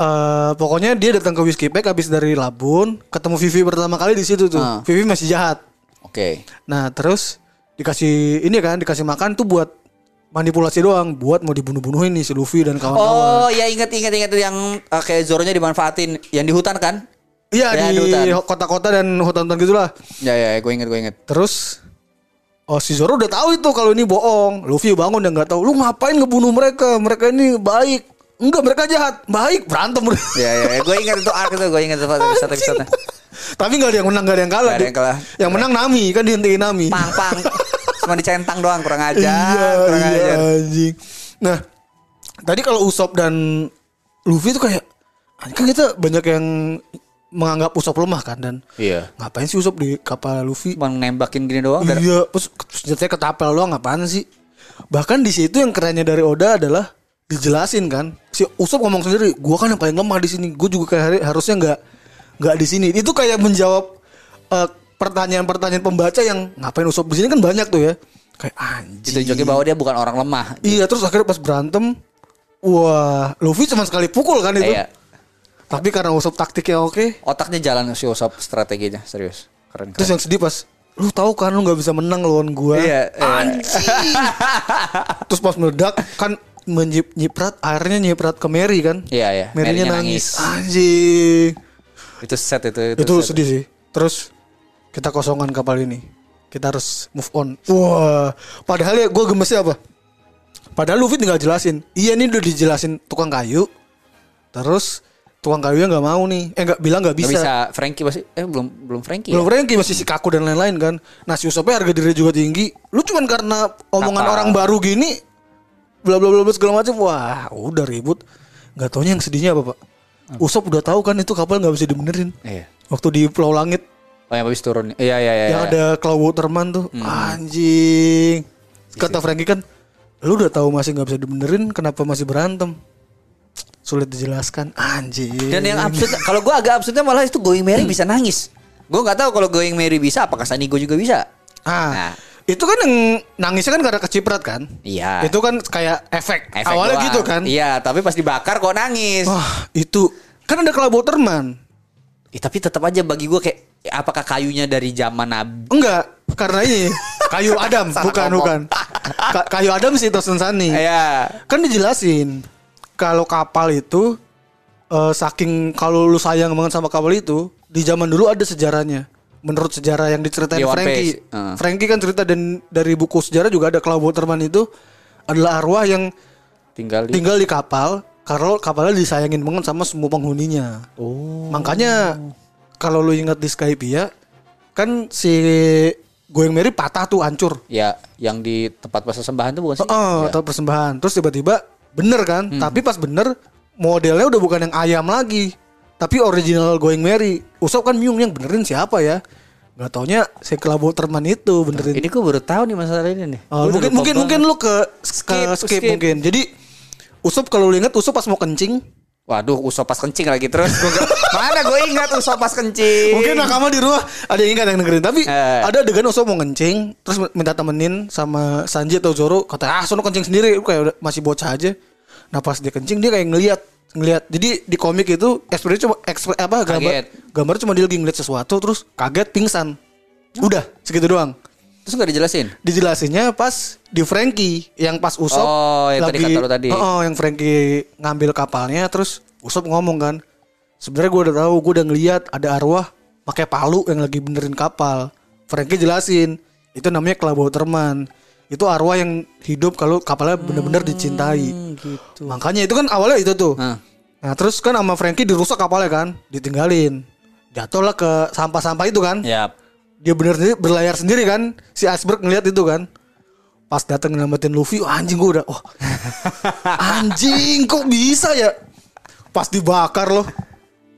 C: Eh, pokoknya dia datang ke Whiskey Pack habis dari Labun, ketemu Vivi pertama kali di situ tuh.
D: Ah.
C: Vivi masih jahat.
D: Oke.
C: Nah, terus dikasih ini kan dikasih makan tuh buat manipulasi doang, buat mau dibunuh-bunuhin nih si Luffy dan
D: Oh
C: kawan-kawan.
D: ya ingat ingat ingat yang eh, kayak Zoronya dimanfaatin yang di hutan kan?
C: Iya
D: Ya, di
C: di
D: hutan.
C: kota-kota dan hutan-hutan gitulah.
D: Ya ya gue inget gue inget.
C: Terus Oh si Zoro udah tahu itu kalau ini bohong. Luffy bangun dan nggak tahu. Lu ngapain ngebunuh mereka? Mereka ini baik. Enggak mereka jahat. Baik berantem.
D: Ya ya, ya. gue inget itu arc itu gue inget itu satu episode.
C: Tapi nggak ada yang menang, nggak ada yang kalah.
D: Nggak ada yang kalah.
C: Yang menang Nami kan dihentiin Nami.
D: Pang pang. Cuma dicentang doang kurang aja.
C: iya,
D: kurang
C: iya,
D: aja.
C: anjing. Nah, tadi kalau Usopp dan Luffy itu kayak anjing, kan kita banyak yang menganggap Usopp lemah kan dan
D: Iya.
C: ngapain sih Usopp di kapal Luffy?
D: Cuma nembakin gini doang. dari-
C: Iya, terus senjatanya ketapel doang apaan sih? Bahkan di situ yang kerennya dari Oda adalah dijelasin kan. Si Usop ngomong sendiri, gua kan yang paling lemah di sini. Gua juga kayak hari- harusnya nggak nggak di sini. Itu kayak menjawab eh, pertanyaan-pertanyaan pembaca yang ngapain Usop di sini kan banyak tuh ya. Kayak anjing.
D: Ditunjukin bahwa dia bukan orang lemah.
C: Iya, terus akhirnya pas berantem Wah, Luffy cuma sekali pukul kan itu.
D: Iya.
C: Tapi karena Usop taktiknya oke,
D: Otaknya jalan si Usopp strateginya serius. Keren
C: terus
D: keren.
C: yang sedih pas lu tahu kan lu nggak bisa menang lawan gua.
D: Iya. iya.
C: Terus pas meledak kan menyip, nyiprat airnya nyiprat ke Mary kan?
D: Iya, iya.
C: Marynya
D: Marynya
C: nangis.
D: nangis.
C: Anjing.
D: Itu set itu.
C: Itu
D: set.
C: sedih sih. Terus kita kosongan kapal ini. Kita harus move on. Wah, padahal ya gue gemesnya apa? Padahal Luffy tinggal jelasin. Iya nih udah dijelasin tukang kayu. Terus tukang kayunya nggak mau nih. Eh nggak bilang nggak
D: Nggak
C: bisa.
D: bisa. Frankie masih eh belum belum Frankie.
C: Belum
D: ya?
C: Frankie masih si kaku dan lain-lain kan. Nah si Usopnya harga diri juga tinggi. Lu cuman karena omongan
D: Apa?
C: orang baru gini, bla bla bla bla segala macam. Wah udah ribut. Gak taunya yang sedihnya apa pak? Usop udah tahu kan itu kapal nggak bisa dibenerin.
D: Iya.
C: Waktu di Pulau Langit
D: Oh yang habis turun. Iya iya iya. Hmm.
C: yang
D: iya.
C: ada Cloud Waterman tuh, anjing. Kata Frankie kan, lu udah tahu masih nggak bisa dibenerin, kenapa masih berantem? Sulit dijelaskan, anjing.
D: Dan yang absurd kalau gua agak absurdnya malah itu Going Merry bisa nangis. Gua nggak tahu kalau Going Merry bisa apakah Sanigo juga bisa.
C: Ah,
D: Nah.
C: itu kan yang nangisnya kan karena keciprat kan?
D: Iya.
C: Itu kan kayak efek.
D: Efek
C: Awalnya
D: doang.
C: gitu kan?
D: Iya, tapi pas dibakar kok nangis.
C: Wah, itu kan ada kelaboterman.
D: Eh, tapi tetap aja bagi gua kayak apakah kayunya dari zaman Nabi?
C: Enggak, karena ini kayu Adam,
D: Salah
C: bukan
D: ngomong.
C: bukan. Ka- kayu Adam sih Tosun Sani.
D: Iya.
C: Kan dijelasin kalau kapal itu eh, saking kalau lu sayang banget sama kapal itu, di zaman dulu ada sejarahnya. Menurut sejarah yang diceritain
D: Di One
C: Frankie.
D: Piece, uh.
C: Frankie kan cerita dan dari buku sejarah juga ada kalau Waterman itu adalah arwah yang
D: Tinggal di
C: tinggal di kapal karena kapalnya disayangin banget sama semua penghuninya. Oh. Makanya kalau lu ingat di Skypia kan si Going Merry patah tuh hancur.
D: ya yang di tempat pasar sembahan tuh bukan sih?
C: Oh, atau persembahan. Terus tiba-tiba bener kan?
D: Hmm.
C: Tapi pas bener modelnya udah bukan yang ayam lagi. Tapi original Going Merry. Usop kan miung yang benerin siapa ya? Gak taunya si Kelabo Terman itu benerin.
D: Ini gua baru tahu nih masalah ini nih. Gua Nah,
C: Oh,
D: udah
C: mungkin
D: lupa
C: mungkin
D: banget.
C: mungkin lu ke skip,
D: Skip,
C: skip,
D: skip.
C: mungkin. Jadi Usop kalau lu ingat Usop pas mau kencing
D: Waduh, Usop pas kencing lagi terus. Gua nggak- mana gue ingat Usop pas kencing.
C: Mungkin nakama di rumah ada yang ingat yang dengerin tapi
D: Eh.
C: ada adegan Usop mau ngencing terus minta temenin sama Sanji atau Zoro kata ah sono kencing sendiri Lu kayak udah- masih bocah aja. Nah pas dia kencing dia kayak ngeliat ngeliat. Jadi di komik itu ekspresi cuma ekspre, apa gambar
D: Kaget.
C: gambar cuma dia lagi ngeliat sesuatu terus kaget pingsan. Udah segitu doang.
D: Terus nggak dijelasin.
C: Dijelasinnya pas di Frankie yang pas Usop
D: Oh, yang tadi kata lu tadi.
C: Oh, yang Frankie ngambil kapalnya terus Usop ngomong kan. Sebenarnya gue udah tahu, gue udah ngeliat ada arwah pakai palu yang lagi benerin kapal. Frankie jelasin, itu namanya kelabau terman. Itu arwah yang hidup kalau kapalnya bener-bener dicintai. Makanya itu kan awalnya itu tuh.
D: Hmm, gitu. Hah.
C: Nah terus kan sama Frankie dirusak kapalnya kan, ditinggalin. Jatuhlah ke sampah-sampah itu kan
D: Yap.
C: dia bener sendiri berlayar sendiri kan si Iceberg ngeliat itu kan pas datang nyelamatin Luffy wah, anjing gua udah oh anjing kok bisa ya pas dibakar loh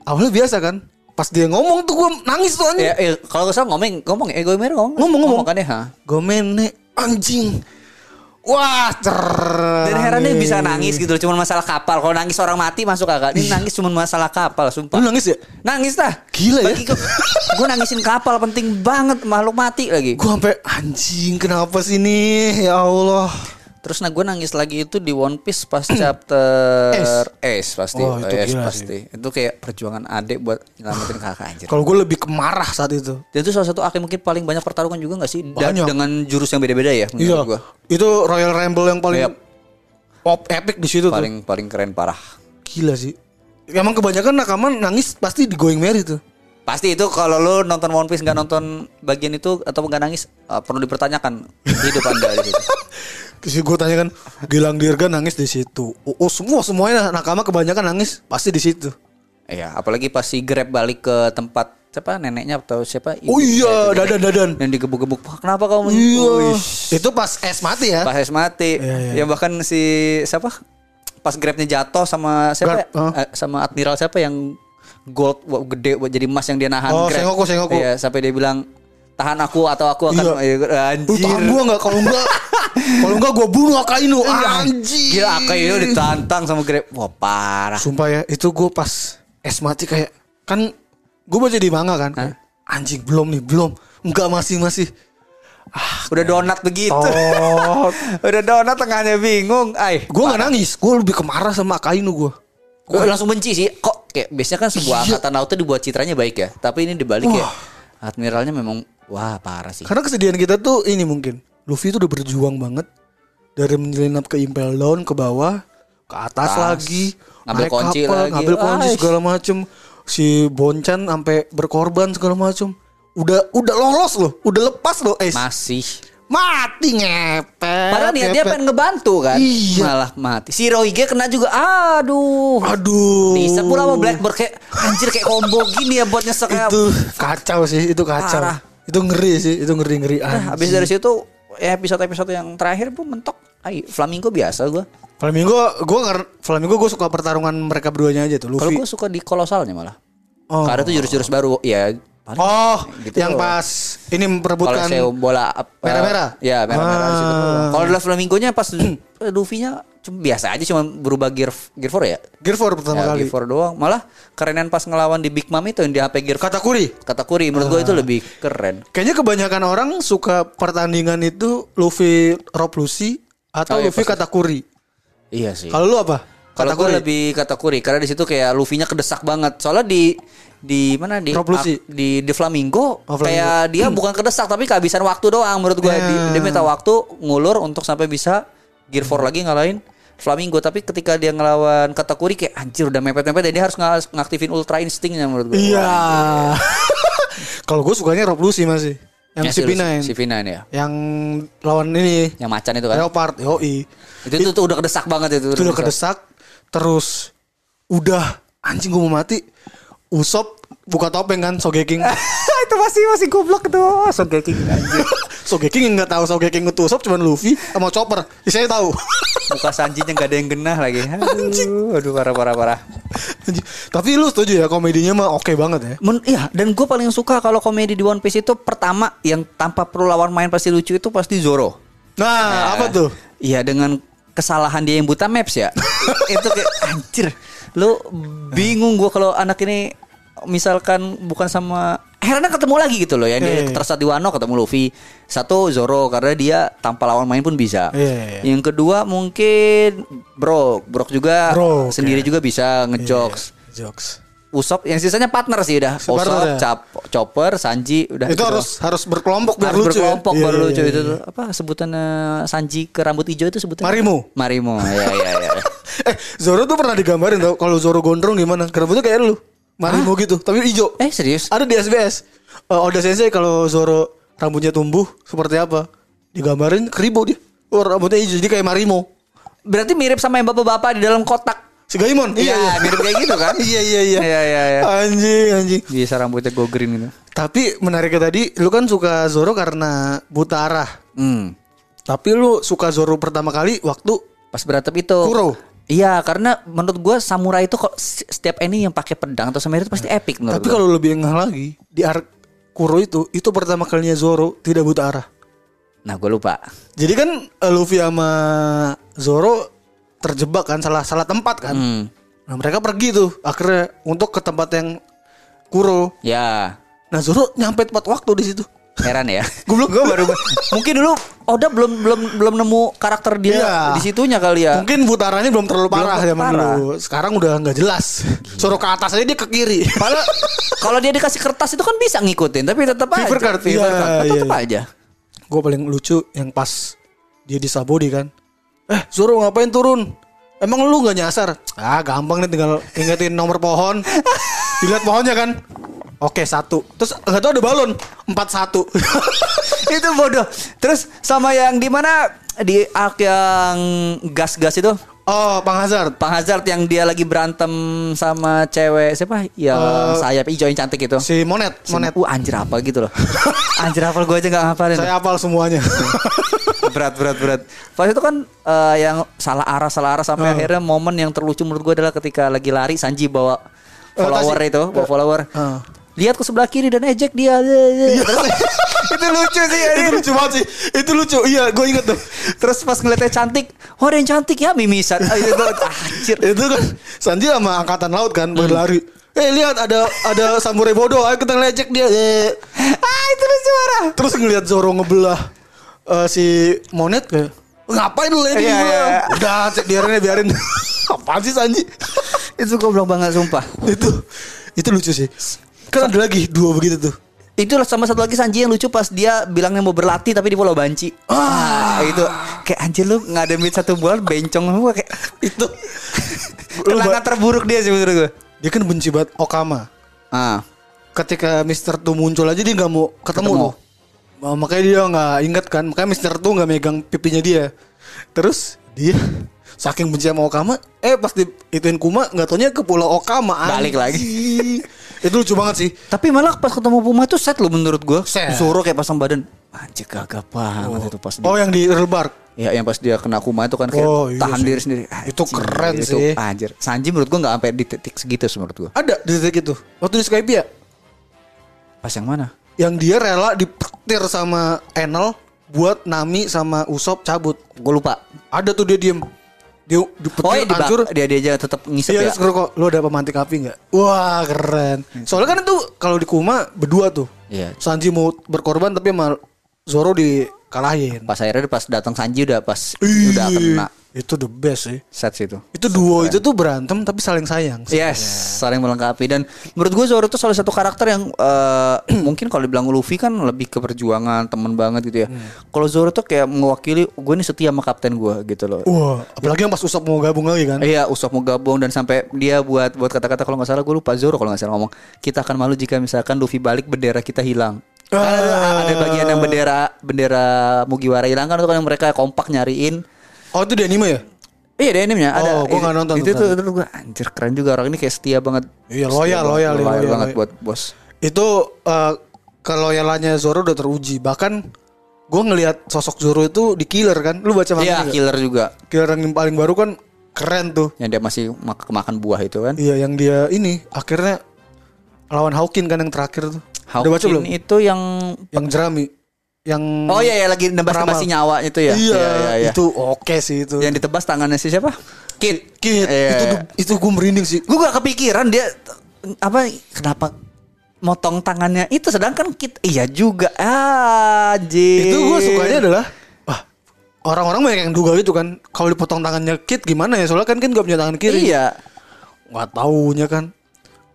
C: awalnya biasa kan pas dia ngomong tuh gua nangis tuh anjing
D: Ya, ya, kalau nggak salah ngomong, ngomong ya, gue ngomong.
C: Ngomong, ngomong.
D: kan ya. ha?
C: gomene anjing wah cer
D: Dan herannya bisa nangis gitu, cuma masalah kapal. Kalau nangis orang mati masuk agak. Ini nangis cuma masalah kapal, sumpah.
C: lu nangis ya
D: Nangis dah.
C: Gila ya.
D: gue nangisin kapal penting banget makhluk mati lagi.
C: gua sampai anjing kenapa sih ini ya Allah
D: Terus nah gue nangis lagi itu di One Piece pas chapter
C: S.
D: S pasti,
C: Wah, itu
D: S
C: gila
D: pasti. Hmm. Oh, Itu kayak perjuangan adik buat nyelamatin kakak anjir.
C: kalau gua lebih kemarah saat itu
D: Dan itu salah satu arc yang mungkin paling banyak pertarungan juga gak sih? Dan
C: Banyak.
D: dengan jurus yang beda-beda ya
C: iya
D: menurut gua.
C: itu Royal Rumble yang paling
D: Yap.
C: pop epic di situ tuh
D: Paling paling keren parah.
C: Gila sih. Emang kebanyakan nakama nangis pasti di Going Merry tuh.
D: Pasti itu kalau lu nonton One Piece nggak nonton bagian itu atau nggak nangis eh, perlu dipertanyakan hidup anda gitu.
C: Terus gue tanya kan, Gilang Dirga nangis di situ. Oh, oh, semua semuanya nakama kebanyakan nangis pasti di situ.
D: Iya, apalagi pas si Grab balik ke tempat siapa neneknya atau siapa?
C: Oh iya,
D: Itu
C: dadan
D: nenek.
C: dadan.
D: Yang digebuk-gebuk. "Wah, Kenapa kau? men-
C: Iya.
D: Wih.
C: Itu pas es mati ya.
D: Pas es mati.
C: Iya, iya.
D: Yang bahkan si siapa? Pas grabnya jatuh sama siapa?
C: Grab,
D: Eh,
C: huh?
D: sama admiral siapa yang gold wa- gede wa- jadi emas yang dia nahan
C: Oh, Sengoku, Sengoku.
D: Iya, sampai dia bilang tahan aku atau aku akan
C: Lu
D: anjir.
C: tahan gue nggak kalau nggak kalau nggak gue bunuh Akainu. Anjir.
D: Gila Akainu ditantang sama Grab. Wah, parah.
C: Sumpah ya, itu gue pas es mati kayak kan gue baca di manga kan.
D: Hah?
C: Anjing belum nih, belum. Enggak masih masih.
D: Udah donat begitu.
C: Oh,
D: Udah donat tengahnya bingung. Ay.
C: gue nggak nangis, gue lebih kemarah sama Akainu gue.
D: Gue langsung benci sih. Kok kayak biasanya kan sebuah
C: Iya.
D: angkatan laut tuh dibuat citranya baik ya. Tapi ini dibalik ya.
C: Wah.
D: Admiralnya memang wah parah sih.
C: Karena kesedihan kita tuh ini mungkin Luffy tuh udah berjuang banget dari menyelinap ke Impel Down ke bawah ke atas
D: Atas.
C: lagi
D: Ngambil kunci lagi.
C: ngambil kunci
D: Wais.
C: segala macem si Boncan sampai berkorban segala macem udah udah lolos loh udah lepas loh eh
D: Masih
C: mati ngepet
D: Padahal niat dia
C: ngepet.
D: pengen ngebantu kan.
C: Iya.
D: Malah mati. Si Rohige kena juga. Aduh.
C: aduh
D: Disek pula sama Blackbird kayak anjir kayak combo gini ya buat nyesek.
C: itu kacau sih itu kacau
D: Parah. Eh,
C: itu ngeri sih itu ngeri ngeri
D: Habis dari situ ya episode-episode yang terakhir pun mentok. Ay, Flamingo biasa gua.
C: Flamingo gue Flamingo gue suka pertarungan mereka berduanya aja tuh
D: Kalau
C: Luffy
D: gua suka di kolosalnya malah.
C: Oh.
D: Karena tuh jurus-jurus baru ya. paling
C: Oh,
D: gitu
C: yang
D: doang.
C: pas ini
D: kalau
C: memperebutkan
D: saya bola apa-
C: Oh, Merah-merah?
D: Ya, merah-merah di situ.
C: Ah.
D: Kalau Love Flamingo-nya pas eh, Luffy-nya cuma biasa aja cuma berubah gear gear 4 ya.
C: Gear 4 pertama
D: ya,
C: kali.
D: Gear 4 doang. Malah kerenan pas ngelawan di Big Mom itu yang di HP Gear
C: Kata Kuri,
D: kata Kuri menurut
C: Ah.
D: gue itu lebih keren.
C: kayaknya kebanyakan orang suka pertandingan itu Luffy Rob Lucy
D: Oh,
C: atau
D: iya,
C: Luffy
D: pasti.
C: kata Kuri.
D: Iya sih.
C: Kalau lu apa?
D: Kalau
C: Kata
D: gue lebih kata Kuri karena di situ kayak Luffy-nya kedesak banget. Soalnya di di mana di
C: Rob Lucy.
D: di di Flamingo,
C: Oh, Flamingo.
D: kayak dia bukan kedesak tapi kehabisan waktu doang menurut gue. Di-
C: Ya.
D: Dia, minta waktu ngulur untuk sampai bisa Gear 4 lagi ngalahin Flamingo tapi ketika dia ngelawan Katakuri kayak anjir udah mepet-mepet dan dia harus nga- ngaktifin Ultra Instinct-nya menurut gue.
C: Iya. Kalau gue sukanya Rob Lucy masih. Yang si Pinain.
D: Ya, Si Pinain ya.
C: Yang lawan ini
D: Yang macan itu kan.
C: Leopard, yoi.
D: Itu, itu, itu udah kedesak banget itu.
C: Ya, Itu udah kedesak terus udah anjing gue mau mati. Usop buka topeng kan Sogeking.
D: itu masih masih goblok itu. Sogeking anjir.
C: Sogeking yang nggak tahu Sogeking itu Usop cuman Luffy sama Chopper. Saya tahu.
D: Muka Sanjinya gak ada yang genah lagi. Aduh, aduh parah parah parah.
C: Anjing. Tapi lu setuju ya komedinya mah oke banget ya.
D: Men, iya, dan gue paling suka kalau komedi di One Piece itu pertama yang tanpa perlu lawan main pasti lucu itu pasti Zoro.
C: Nah, apa tuh?
D: Iya dengan kesalahan dia yang buta maps ya. itu kayak anjir. Lu bingung gua kalau anak ini misalkan bukan sama akhirnya ketemu lagi gitu loh ya. Dia
C: Iya, iya.
D: tersesat di Wano ketemu Luffy. Satu Zoro karena dia tanpa lawan main pun bisa.
C: Iya, iya.
D: Yang kedua mungkin Brook, Brook juga
C: Brook,
D: sendiri
C: iya.
D: juga bisa ngejokes.
C: Iya, jokes.
D: Usop yang sisanya partner sih udah.
C: Si partner
D: Usop,
C: ya.
D: Cap- Chopper, Sanji udah gitu
C: itu
D: doang.
C: harus harus berkelompok biar
D: Harus
C: lucu. ya?
D: berkelompok
C: Iya,
D: baru
C: iya,
D: lucu
C: iya,
D: itu
C: iya.
D: tuh. apa sebutannya Sanji ke rambut hijau itu sebutannya
C: Marimu.
D: apa? Marimu ya ya ya
C: Eh, Zoro tuh pernah digambarin tau kalau Zoro gondrong gimana? Rambutnya kayak lu. Marimo gitu, tapi hijau.
D: eh serius
C: Ada di SBS. Eh, Oda Sensei kalau Zoro rambutnya tumbuh seperti apa? Digambarin keribo dia. Oh, rambutnya hijau jadi kayak Marimo.
D: berarti mirip sama yang bapak-bapak di dalam kotak
C: Si Gaimon.
D: Iya, mirip kayak gitu kan?
C: iya, iya, iya.
D: Iya, iya, iya.
C: Anjing, anjing.
D: bisa rambutnya go green gitu
C: Tapi menariknya tadi lu kan suka Zoro karena buta arah.
D: hmm.
C: Tapi lu suka Zoro pertama kali waktu
D: pas berantem itu
C: Kuro.
D: iya karena menurut gua samurai itu kok si- setiap ini yang pakai pedang atau samurai itu pasti epic menurut
C: Tapi
D: gua.
C: kalau lebih ngeh lagi di arc Kuro itu itu pertama kalinya Zoro tidak buta arah.
D: nah gua lupa
C: Jadi kan eh, Luffy sama Zoro terjebak kan salah salah tempat kan.
D: hmm.
C: Nah mereka pergi tuh akhirnya untuk ke tempat yang Kuro.
D: ya
C: Nah Zoro nyampe tepat waktu di situ.
D: heran ya
C: Goblok gue baru.
D: mungkin dulu Oda belum belum belum nemu karakter dia
C: Iya.
D: di situnya kali ya
C: Mungkin butaranya belum terlalu
D: Belum
C: parah zaman
D: parah.
C: dulu. Sekarang udah nggak jelas. Zoro ke atas aja dia ke kiri.
D: Padahal kalau dia dikasih kertas itu kan bisa ngikutin, tapi tetap aja.
C: Fever card,
D: Fever
C: iya,
D: card, tetap
C: iya, iya.
D: aja.
C: gue paling lucu yang pas dia di Sabudi kan eh suruh ngapain turun emang lu nggak nyasar ah gampang nih tinggal ingetin nomor pohon dilihat pohonnya kan oke satu terus nggak tahu ada balon empat satu
D: itu bodoh. Terus sama yang di mana di arc yang gas-gas itu
C: oh Bang Hazard
D: Pak Hazard yang dia lagi berantem sama cewek siapa? Yang
C: Eh,
D: sayap hijau yang cantik itu.
C: si Monet Monet
D: Uh, anjir apa gitu loh. anjir apa gue aja gak ngapalin.
C: saya hafal semuanya
D: berat berat berat pas itu kan eh, yang salah arah salah arah sampai
C: Oh.
D: akhirnya momen yang terlucu menurut gue adalah ketika lagi lari Sanji bawa
C: Oh,
D: follower
C: Tashi.
D: itu bawa follower
C: Oh.
D: lihat ke sebelah kiri dan ejek dia Iya, Terus- itu lucu sih
C: itu
D: anjir.
C: lucu banget sih itu lucu iya gue inget tuh
D: terus pas ngeliatnya cantik wah ada yang cantik ya mimisan Ah, itu gua- ah, anjir
C: itu kan Sanji sama angkatan laut kan berlari eh lihat ada ada samurai bodoh ayo kita ngecek dia Eh,
D: ah itu lucu parah
C: Terus ngelihat Zoro ngebelah eh, si Monet kayak ngapain lu lady
D: Iya,
C: gua?"
D: iya.
C: Udah cek biarin ya biarin. Apaan sih Sanji?
D: itu goblok banget sumpah
C: itu itu lucu sih. Kan ada lagi dua begitu tuh.
D: itu sama satu lagi Sanji yang lucu pas dia bilangnya mau berlatih tapi di Pulau Banci. Ah, itu kayak anjir lu ngademin satu bulan bencong semua kayak itu. Kenangan
C: ba-
D: terburuk dia sih menurut gue.
C: Dia kan benci banget Okama.
D: Ah,
C: Ketika Mister Tu muncul aja dia nggak mau ketemu,
D: Ketemu.
C: tuh. Nah, makanya dia nggak inget kan. Makanya Mister Tu nggak megang pipinya dia. Terus dia saking benci sama Okama, eh pas di ituin Kuma nggak taunya ke Pulau Okama.
D: Balik lagi.
C: anjing. itu lucu banget sih.
D: tapi malah pas ketemu Puma itu set lu menurut gue.
C: Set.
D: Suruh kayak pasang badan. Anjir gagah banget itu pas dia.
C: Oh yang di Real Bark.
D: Ya yang pas dia kena Kuma itu kan kayak
C: Oh, iya
D: tahan
C: sih.
D: diri sendiri.
C: Itu keren
D: itu,
C: sih.
D: Anjir. Sanji menurut gue nggak sampai di titik segitu sih menurut gue.
C: Ada di titik itu. Waktu di Skype ya.
D: Pas yang mana?
C: Yang dia rela dipetir sama Enel buat Nami sama Usop cabut.
D: Gue lupa.
C: Ada tuh dia diem. Dia dipetir
D: Oh iya di bak-
C: hancur.
D: dia dia aja tetap ngisep
C: Iya
D: ya.
C: terus kok lu ada pemantik api nggak? Wah keren. Soalnya kan itu kalau di Kuma berdua tuh.
D: Hmm. Iya.
C: Sanji mau berkorban tapi sama Zoro dikalahin.
D: pas akhirnya pas datang Sanji udah pas
C: Ih,
D: udah kena
C: Itu the best sih.
D: set situ.
C: Itu duo itu tuh berantem tapi saling sayang.
D: Yes, saling melengkapi dan menurut gue Zoro itu salah satu karakter yang eh, mungkin kalau dibilang Luffy kan lebih ke perjuangan teman banget gitu ya. Kalau Zoro tuh kayak mewakili gue ini setia sama kapten gue gitu loh.
C: Wah, apalagi yang pas Usop mau gabung lagi kan?
D: Iya, Usop mau gabung dan sampai dia buat buat kata-kata kalau nggak salah gue lupa Zoro kalau nggak salah ngomong kita akan malu jika misalkan Luffy balik bendera kita hilang. Karena
C: Ah.
D: ada bagian yang bendera bendera Mugiwara hilang kan itu kan yang mereka kompak nyariin
C: Oh itu di anime ya?
D: Iya di animenya ada.
C: Oh, gua nggak nonton
D: Itu
C: tuh,
D: tuh, itu tuh gua anjir keren juga orang ini kayak setia banget. Setia
C: Iya, loyal,
D: banget,
C: loyal, dia loyal,
D: banget
C: loyal.
D: buat bos.
C: itu eh keloyalannya Zoro udah teruji bahkan gue ngelihat sosok Zoro itu di killer kan lu
D: Iya,
C: baca manganya nggak?
D: killer juga.
C: killer yang paling baru kan keren tuh
D: Yang dia masih mak- makan buah itu kan.
C: iya yang dia ini akhirnya lawan Hawkin kan yang terakhir tuh udah baca
D: Hawkin
C: belum
D: itu yang
C: yang jerami yang
D: Oh iya, iya lagi nebas-nebas
C: Peramal.
D: nyawa itu ya.
C: iya, itu oke sih itu
D: Yang ditebas tangannya si siapa? Kit.
C: Kit,
D: Iya.
C: itu itu gue merinding sih.
D: Gue gak kepikiran dia apa kenapa motong tangannya itu sedangkan Kit iya juga Ah, Iya. anjir.
C: Itu gue sukanya adalah wah orang-orang banyak yang duga gitu kan. Kalau dipotong tangannya Kit gimana ya? Soalnya kan Kit gak punya tangan kiri.
D: Iya.
C: Nggak taunya kan.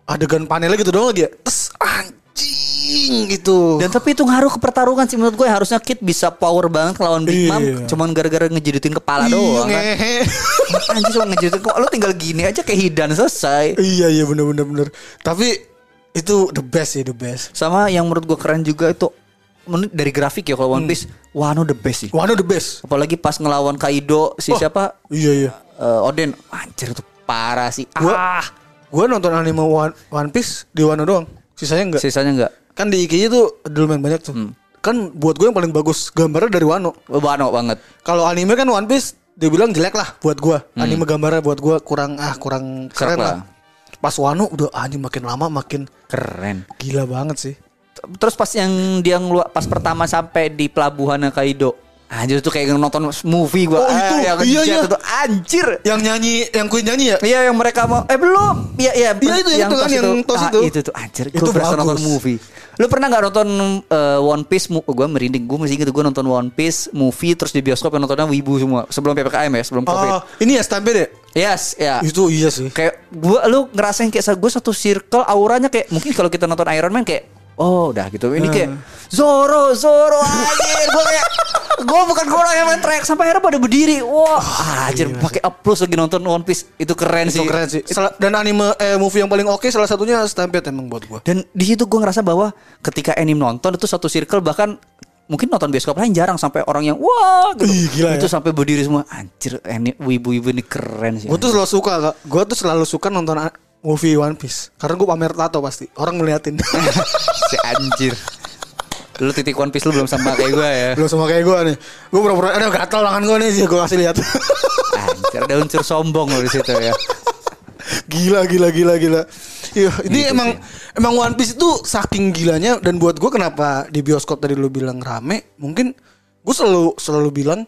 C: Adegan panelnya gitu doang lagi ya. Tes anjing gitu.
D: Dan tapi itu ngaruh ke pertarungan sih menurut gue harusnya Kit bisa power banget lawan Big Mom
C: Iya.
D: cuman gara-gara ngejiditin kepala doang kan.
C: ngehe.
D: Anjir cuma ngejiditin kok lu tinggal gini aja kayak hidan selesai.
C: iya iya bener bener bener. Tapi itu the best ya the best.
D: Sama yang menurut gue keren juga itu menurut- dari grafik ya kalau One
C: Hmm.
D: Piece, wah no the best sih.
C: Wano the best.
D: Apalagi pas ngelawan Kaido si
C: Wah.
D: siapa
C: Iya iya.
D: eh, Oden, anjir itu parah sih.
C: Gua,
D: Ah,
C: gua nonton anime One, One Piece di Wano doang. Sisanya enggak.
D: Ah, sisanya enggak.
C: Kan di IG-nya tuh ada lumayan banyak tuh.
D: Hmm.
C: Kan buat gue yang paling bagus gambarnya dari Wano.
D: Bano banget.
C: Kalau anime kan One Piece dibilang jelek lah buat gua. Anime gambarnya buat gua kurang ah kurang
D: Hmm. Serak
C: keren lah.
D: lah.
C: Pas Wano udah anjing makin lama makin
D: Keren.
C: gila banget sih.
D: Terus pas yang dia ngeluar pas pertama sampai di pelabuhan Kaido. Anjir itu kayak nonton movie gua.
C: Oh,
D: Ah,
C: itu.
D: yang
C: Iya,
D: jet
C: iya.
D: itu. anjir.
C: Yang nyanyi yang Queen nyanyi ya?
D: Iya yang mereka mau eh belum. Iya iya.
C: Iya, itu, itu
D: pas
C: kan, yang tos itu.
D: Ah, itu tuh anjir. Gua
C: Itu
D: berasa
C: bagus.
D: nonton movie. Lu pernah nggak nonton eh, One Piece? mu- Gua merinding. Gua masih inget gua nonton One Piece movie terus di bioskop yang nontonnya wibu semua sebelum PPKM ya, sebelum Covid.
C: Oh, ini ya Stampede.
D: Yes, ya.
C: Itu iya sih.
D: Kayak gua lu ngerasain kayak gue satu circle auranya kayak mungkin kalau kita nonton Iron Man kayak oh udah gitu.
C: Hmm.
D: Ini kayak Zoro, Zoro anjir. gue kayak gue bukan gue orang yang main track sampai akhirnya pada berdiri. Wah, anjir pakai aplaus lagi nonton One Piece. Itu keren
C: Ah, iya Itu
D: sih.
C: keren sih. Salah- dan anime eh movie yang paling oke salah satunya Stampede emang buat gua.
D: Dan di situ gue ngerasa bahwa ketika anime nonton itu satu circle bahkan mungkin nonton bioskop lain jarang sampai orang yang wah gitu.
C: Ih, gila
D: itu
C: ya.
D: sampai berdiri semua anjir ini wibu-wibu ini keren sih.
C: Gue tuh selalu suka, Kak. Gue tuh selalu suka nonton a- movie One Piece. Karena gue pamer tato pasti. Orang ngeliatin.
D: si anjir. Lu titik One Piece lu belum sama kayak gue ya.
C: Belum sama kayak gue nih. Gue pura-pura, aduh gatel tangan gue nih. Gue kasih lihat.
D: Anjir, ada unsur sombong lo di situ ya.
C: gila, gila, gila, gila. Iya, ini
D: Gitu
C: emang emang One Piece itu saking gilanya dan buat gue kenapa di bioskop tadi lu bilang rame, mungkin gue selalu selalu bilang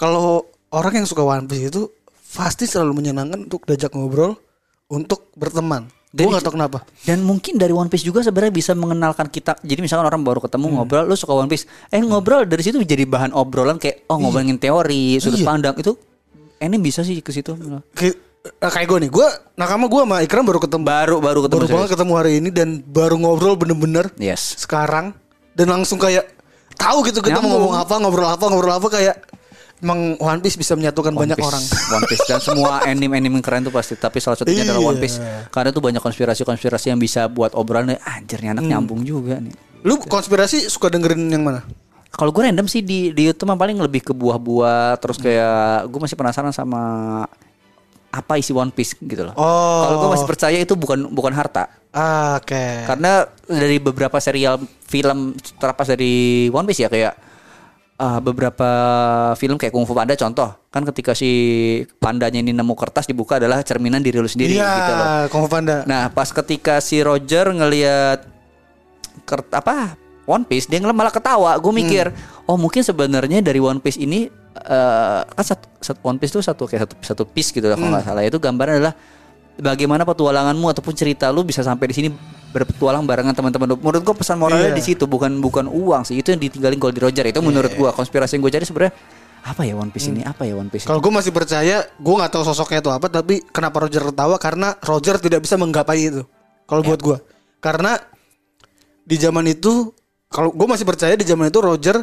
C: kalau orang yang suka One Piece itu pasti selalu menyenangkan untuk diajak ngobrol, untuk berteman. Gue
D: Jadi-
C: gak tau kenapa.
D: Dan mungkin dari One Piece juga sebenarnya bisa mengenalkan kita. Jadi misalkan orang baru ketemu ngobrol, lu suka One Piece, eh ngobrol dari situ jadi bahan obrolan kayak oh ngobrolin teori, sudut
C: Iya.
D: pandang itu ini bisa sih ke situ.
C: Kayak, eh, kayak gue nih, gue nakama gue sama Ikram baru ketemu.
D: Baru baru ketemu.
C: baru banget
D: serius. Iya.
C: ketemu hari ini dan baru ngobrol bener-bener
D: Yes.
C: sekarang dan langsung kayak tahu gitu kita
D: Nyambung.
C: mau ngomong apa ngobrol apa ngobrol apa kayak emang One Piece bisa menyatukan
D: One
C: banyak
D: Piece.
C: orang
D: One Piece dan semua anime-anime keren tuh pasti, tapi salah satunya adalah One Piece. Karena tuh banyak konspirasi-konspirasi yang bisa buat obrolan anjir nih anak nyambung juga nih.
C: lu konspirasi suka dengerin yang mana
D: Kalau gue random sih di di YouTube mah paling lebih ke buah-buah
C: Hmm.
D: terus kayak gue masih penasaran sama apa isi One Piece gitu loh.
C: Oh.
D: Kalau gue masih percaya itu bukan bukan harta.
C: Ah, oke
D: Karena dari beberapa serial film terlepas dari One Piece ya kayak ah, beberapa film kayak Kung Fu Panda contoh kan ketika si pandanya ini nemu kertas dibuka adalah cerminan diri lu sendiri
C: iya
D: gitu loh.
C: Kung Fu Panda
D: Nah, pas ketika si Roger ngelihat kert apa One Piece, dia ngel- malah ketawa. Gue mikir,
C: Hmm.
D: oh mungkin sebenarnya dari One Piece ini eh kan satu, satu- One Piece tuh satu kayak satu satu piece gitu
C: Hmm.
D: lah kalau nggak salah. Itu gambaran adalah bagaimana petualanganmu ataupun cerita lu bisa sampai di sini berpetualang barengan teman-teman. lu. Menurut gue pesan moralnya
C: Iya.
D: di situ bukan bukan uang sih. Itu yang ditinggalin Goldie Roger. Itu menurut gua konspirasi yang gue cari sebenarnya apa ya One Piece ini? Apa ya One Piece? ini?
C: Hmm. kalau gue masih percaya gue nggak tahu sosoknya itu apa tapi kenapa Roger tertawa karena Roger tidak bisa menggapai itu kalau
D: Ya.
C: buat gue karena di zaman itu kalau gue masih percaya di zaman itu Roger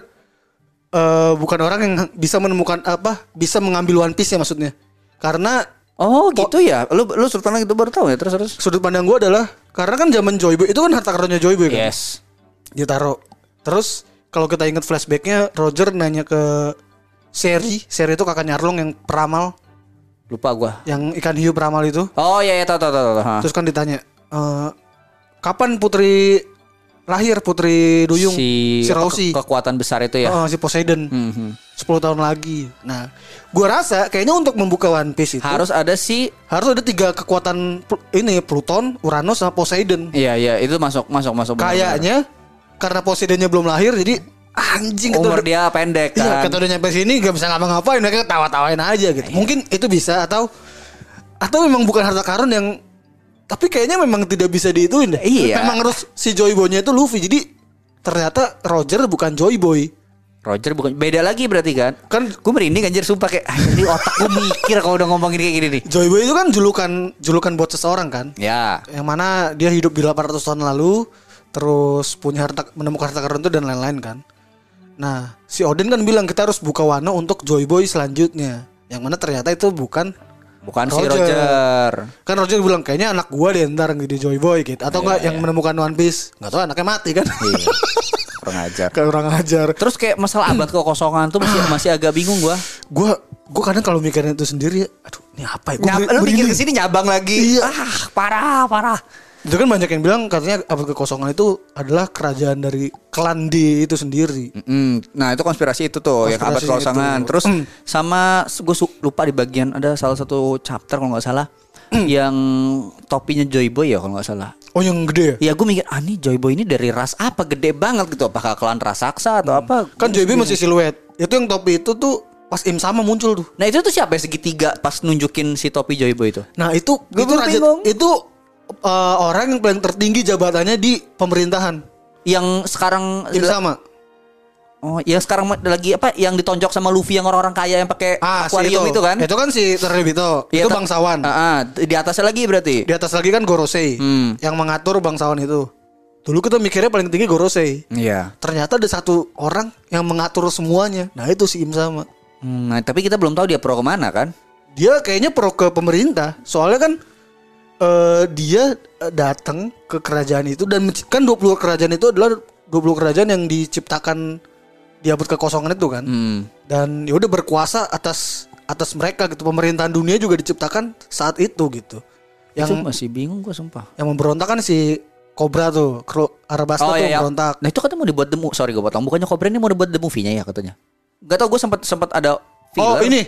C: eh, bukan orang yang bisa menemukan apa bisa mengambil One Piece ya maksudnya karena
D: Oh gitu ya. Lu lu sultan itu baru tahu ya terus terus.
C: sudut pandang gue adalah karena kan zaman Joyboy itu kan harta karunnya Joyboy kan
D: Yes.
C: ditaro terus kalau kita ingat flashbacknya Roger nanya ke Seri Seri itu kakaknya Arlong yang peramal
D: Lupa gua.
C: yang ikan hiu peramal itu
D: Oh iya iya tahu tahu tahu. tahu. Ha.
C: terus kan ditanya "Eh, kapan putri lahir putri duyung
D: si, apa, ke-
C: Rausi
D: kekuatan besar itu ya.
C: Oh, si Poseidon
D: Mhm.
C: 10 tahun lagi. Nah, gua rasa kayaknya untuk membuka One Piece itu
D: Harus ada si
C: harus ada tiga kekuatan pl- ini Pluton, Uranus sama Poseidon.
D: Iya iya itu masuk masuk masuk. benar,
C: Kayaknya karena Poseidonnya belum lahir jadi anjing
D: benar. umur
C: udah-
D: dia pendek
C: Iya,
D: kan.
C: kata udah nyampe sini gak bisa ngapa-ngapain mereka ketawa-tawain aja gitu. Mungkin itu bisa atau Atau memang bukan harta karun yang tapi kayaknya memang tidak bisa diituin deh.
D: Iya.
C: Memang harus si Joy Boy-nya itu Luffy. Jadi ternyata Roger bukan Joy Boy.
D: Roger bukan beda lagi berarti kan?
C: Kan-
D: gue merinding anjir sumpah kayak "Ah, ini otak gue mikir kalau udah ngomongin kayak gini nih.
C: Joy Boy itu kan julukan julukan buat seseorang kan.
D: Ya.
C: Yang mana dia hidup di 800 tahun lalu terus punya harta menemukan harta karun itu dan lain-lain kan. Nah, si Odin kan bilang kita harus buka Wano untuk Joy Boy selanjutnya. Yang mana ternyata itu bukan
D: Bukan si
C: Roger.
D: Roger.
C: kan Roger bilang kayaknya anak gua deh ntar jadi Joy Boy gitu atau enggak yang menemukan One Piece nggak tahu anaknya mati kan
D: Iya. Kurang ajar.
C: kayak orang ajar
D: Terus kayak masalah abad kekosongan tuh masih masih agak bingung gua.
C: gua gua kadang kalau mikirin itu sendiri ya aduh ini apa ya Gua
D: Nyab,
C: beri-
D: lu mikir
C: merinding.
D: ke sini nyabang lagi.
C: Iya.
D: Ah, parah, parah.
C: itu kan banyak yang bilang katanya abad kekosongan itu adalah kerajaan dari klan D itu sendiri
D: Mm, nah itu konspirasi itu tuh yang abad
C: Konspirasi
D: kekosongan.
C: itu.
D: Terus
C: Mm.
D: sama gue lupa di bagian ada salah satu chapter kalau nggak salah
C: Mm.
D: yang topinya Joy Boy ya kalau nggak salah.
C: oh yang gede
D: Ya
C: ya
D: gue mikir ah nih Joy Boy ini dari ras apa gede banget gitu apakah klan raksasa atau apa?
C: kan Joy Boy masih siluet itu yang topi itu tuh pas Im sama muncul tuh
D: Nah itu tuh siapa ya segitiga pas nunjukin si topi Joy Boy itu?
C: nah itu
D: Gua
C: itu
D: baru bingung.
C: itu eh, orang yang paling tertinggi jabatannya di pemerintahan
D: Yang sekarang
C: Im sama
D: Oh, yang sekarang ma- lagi apa yang ditonjok sama Luffy yang orang-orang kaya yang pakai
C: Ah, si
D: akuarium itu. kan?
C: Itu kan si Terlebito.
D: Iya,
C: itu
D: ta-
C: bangsawan.
D: Ah, ah, di atasnya lagi berarti.
C: Di atas lagi kan Gorosei
D: Hmm.
C: yang mengatur bangsawan itu. Dulu kita mikirnya paling tinggi Gorosei.
D: Iya.
C: Ternyata ada satu orang yang mengatur semuanya. Nah, itu si Im sama.
D: Hmm, nah, tapi kita belum tahu dia pro kemana kan?
C: Dia kayaknya pro ke pemerintah. Soalnya kan eh, dia eh, datang ke kerajaan itu dan menci- kan 20 kerajaan itu adalah 20 kerajaan yang diciptakan di abad kekosongan itu kan.
D: Hmm.
C: dan ya udah berkuasa atas atas mereka gitu pemerintahan dunia juga diciptakan saat itu gitu yang
D: itu masih bingung gua sumpah.
C: yang memberontak kan si Cobra tuh kru Arabasta tuh memberontak
D: Nah, itu katanya mau dibuat demo. Sorry gua potong. Bukannya Cobra ini mau dibuat the movie-nya ya katanya. Gak tau gua sempat sempat ada
C: oh
D: filler
C: ini Oh,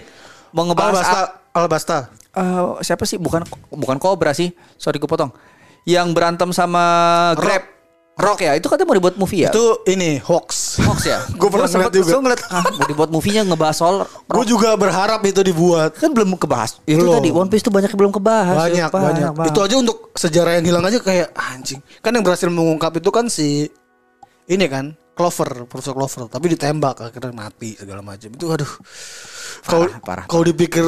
D: mau ngebahas
C: Albasta Albasta
D: eh, siapa sih? Bukan bukan Cobra sih. Sorry gua potong. Yang berantem sama Grab Rock ya. Itu katanya mau dibuat movie ya?
C: itu ini hoax
D: Hoax ya?
C: Gua pernah
D: sempet-
C: ngeliat juga.
D: gua ngeliat, ah, mau dibuat movie-nya ngebahas soal
C: gue juga berharap itu dibuat
D: kan belum kebahas. Itu
C: Belum.
D: tadi One Piece tuh banyak yang belum kebahas.
C: Iya, banyak
D: Sumpah,
C: banyak
D: Bang.
C: itu aja untuk sejarah yang hilang aja kayak anjing kan yang berhasil mengungkap itu kan si ini kan Clover Profesor Clover tapi ditembak akhirnya mati segala macam itu aduh kalau
D: parah,
C: kalau dipikir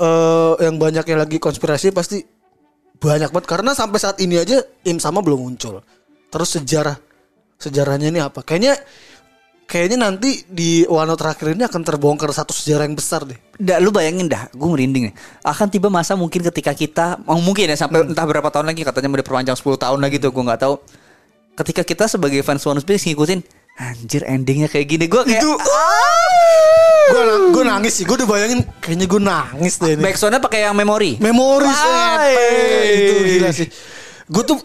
C: eh, yang banyaknya lagi konspirasi pasti banyak banget karena sampai saat ini aja Im sama belum muncul terus sejarah sejarahnya ini apa kayaknya kayaknya nanti di Wano terakhir ini akan terbongkar satu sejarah yang besar deh
D: Nggak, lu bayangin dah, gue merinding nih. Akan tiba masa mungkin ketika kita, oh, mungkin ya sampai
C: Hmm.
D: entah berapa tahun lagi katanya mau diperpanjang 10 tahun lagi tuh, gue nggak tahu. Ketika kita sebagai fans One Piece ngikutin, anjir endingnya kayak gini, gue kayak
C: Itu- gue gue nangis sih gue udah bayangin kayaknya gue nangis deh ini
D: backsoundnya pakai yang memori.
C: memori
D: Wai.
C: itu gila sih gue tuh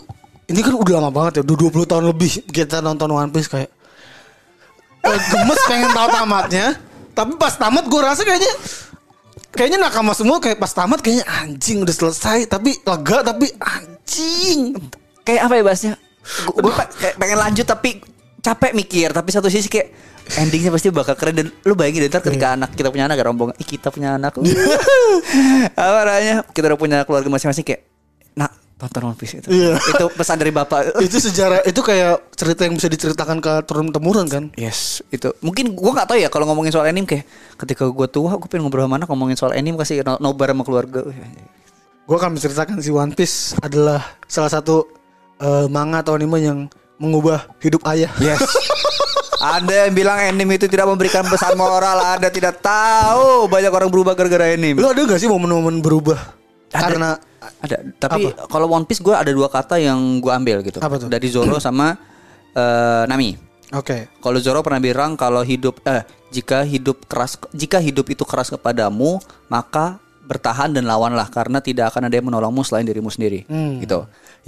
C: ini kan udah lama banget ya udah 20 tahun lebih kita nonton One Piece kayak eh, gemes pengen tahu tamatnya tapi pas tamat gue rasa kayaknya kayaknya nakama semua kayak pas tamat kayaknya anjing udah selesai tapi lega tapi anjing
D: kayak apa ya bahasnya? Gue pengen lanjut tapi capek mikir, tapi satu sisi kayak endingnya pasti bakal keren dan lu bayangin deh, ntar ketika
C: Iya.
D: anak kita punya anak gak rombongan, Ih, kita punya anak. apa namanya? Kita udah punya keluarga masing-masing kayak nak tonton One Piece itu.
C: Iya.
D: itu pesan dari bapak.
C: itu sejarah itu kayak cerita yang bisa diceritakan ke turun temurun kan
D: Yes, itu. Mungkin gua nggak tahu ya kalau ngomongin soal anime kayak ketika gua tua gua pengen ngobrol sama anak ngomongin soal anime kasih no- nobar sama keluarga.
C: Gue akan menceritakan si One Piece adalah salah satu eh, manga atau anime yang mengubah hidup ayah.
D: Yes. Ada yang bilang anime itu tidak memberikan pesan moral, ada tidak tahu banyak orang berubah gara-gara anime.
C: Lo ada gak sih momen-momen berubah?
D: Ada.
C: Karena
D: Ada, tapi kalau One Piece gue ada dua kata yang gue ambil gitu.
C: Apa tuh?
D: Dari Zoro sama eh, Nami.
C: oke.
D: Kalau Zoro pernah bilang kalau hidup eh jika hidup keras jika hidup itu keras kepadamu, maka bertahan dan lawanlah karena tidak akan ada yang menolongmu selain dirimu sendiri. Gitu.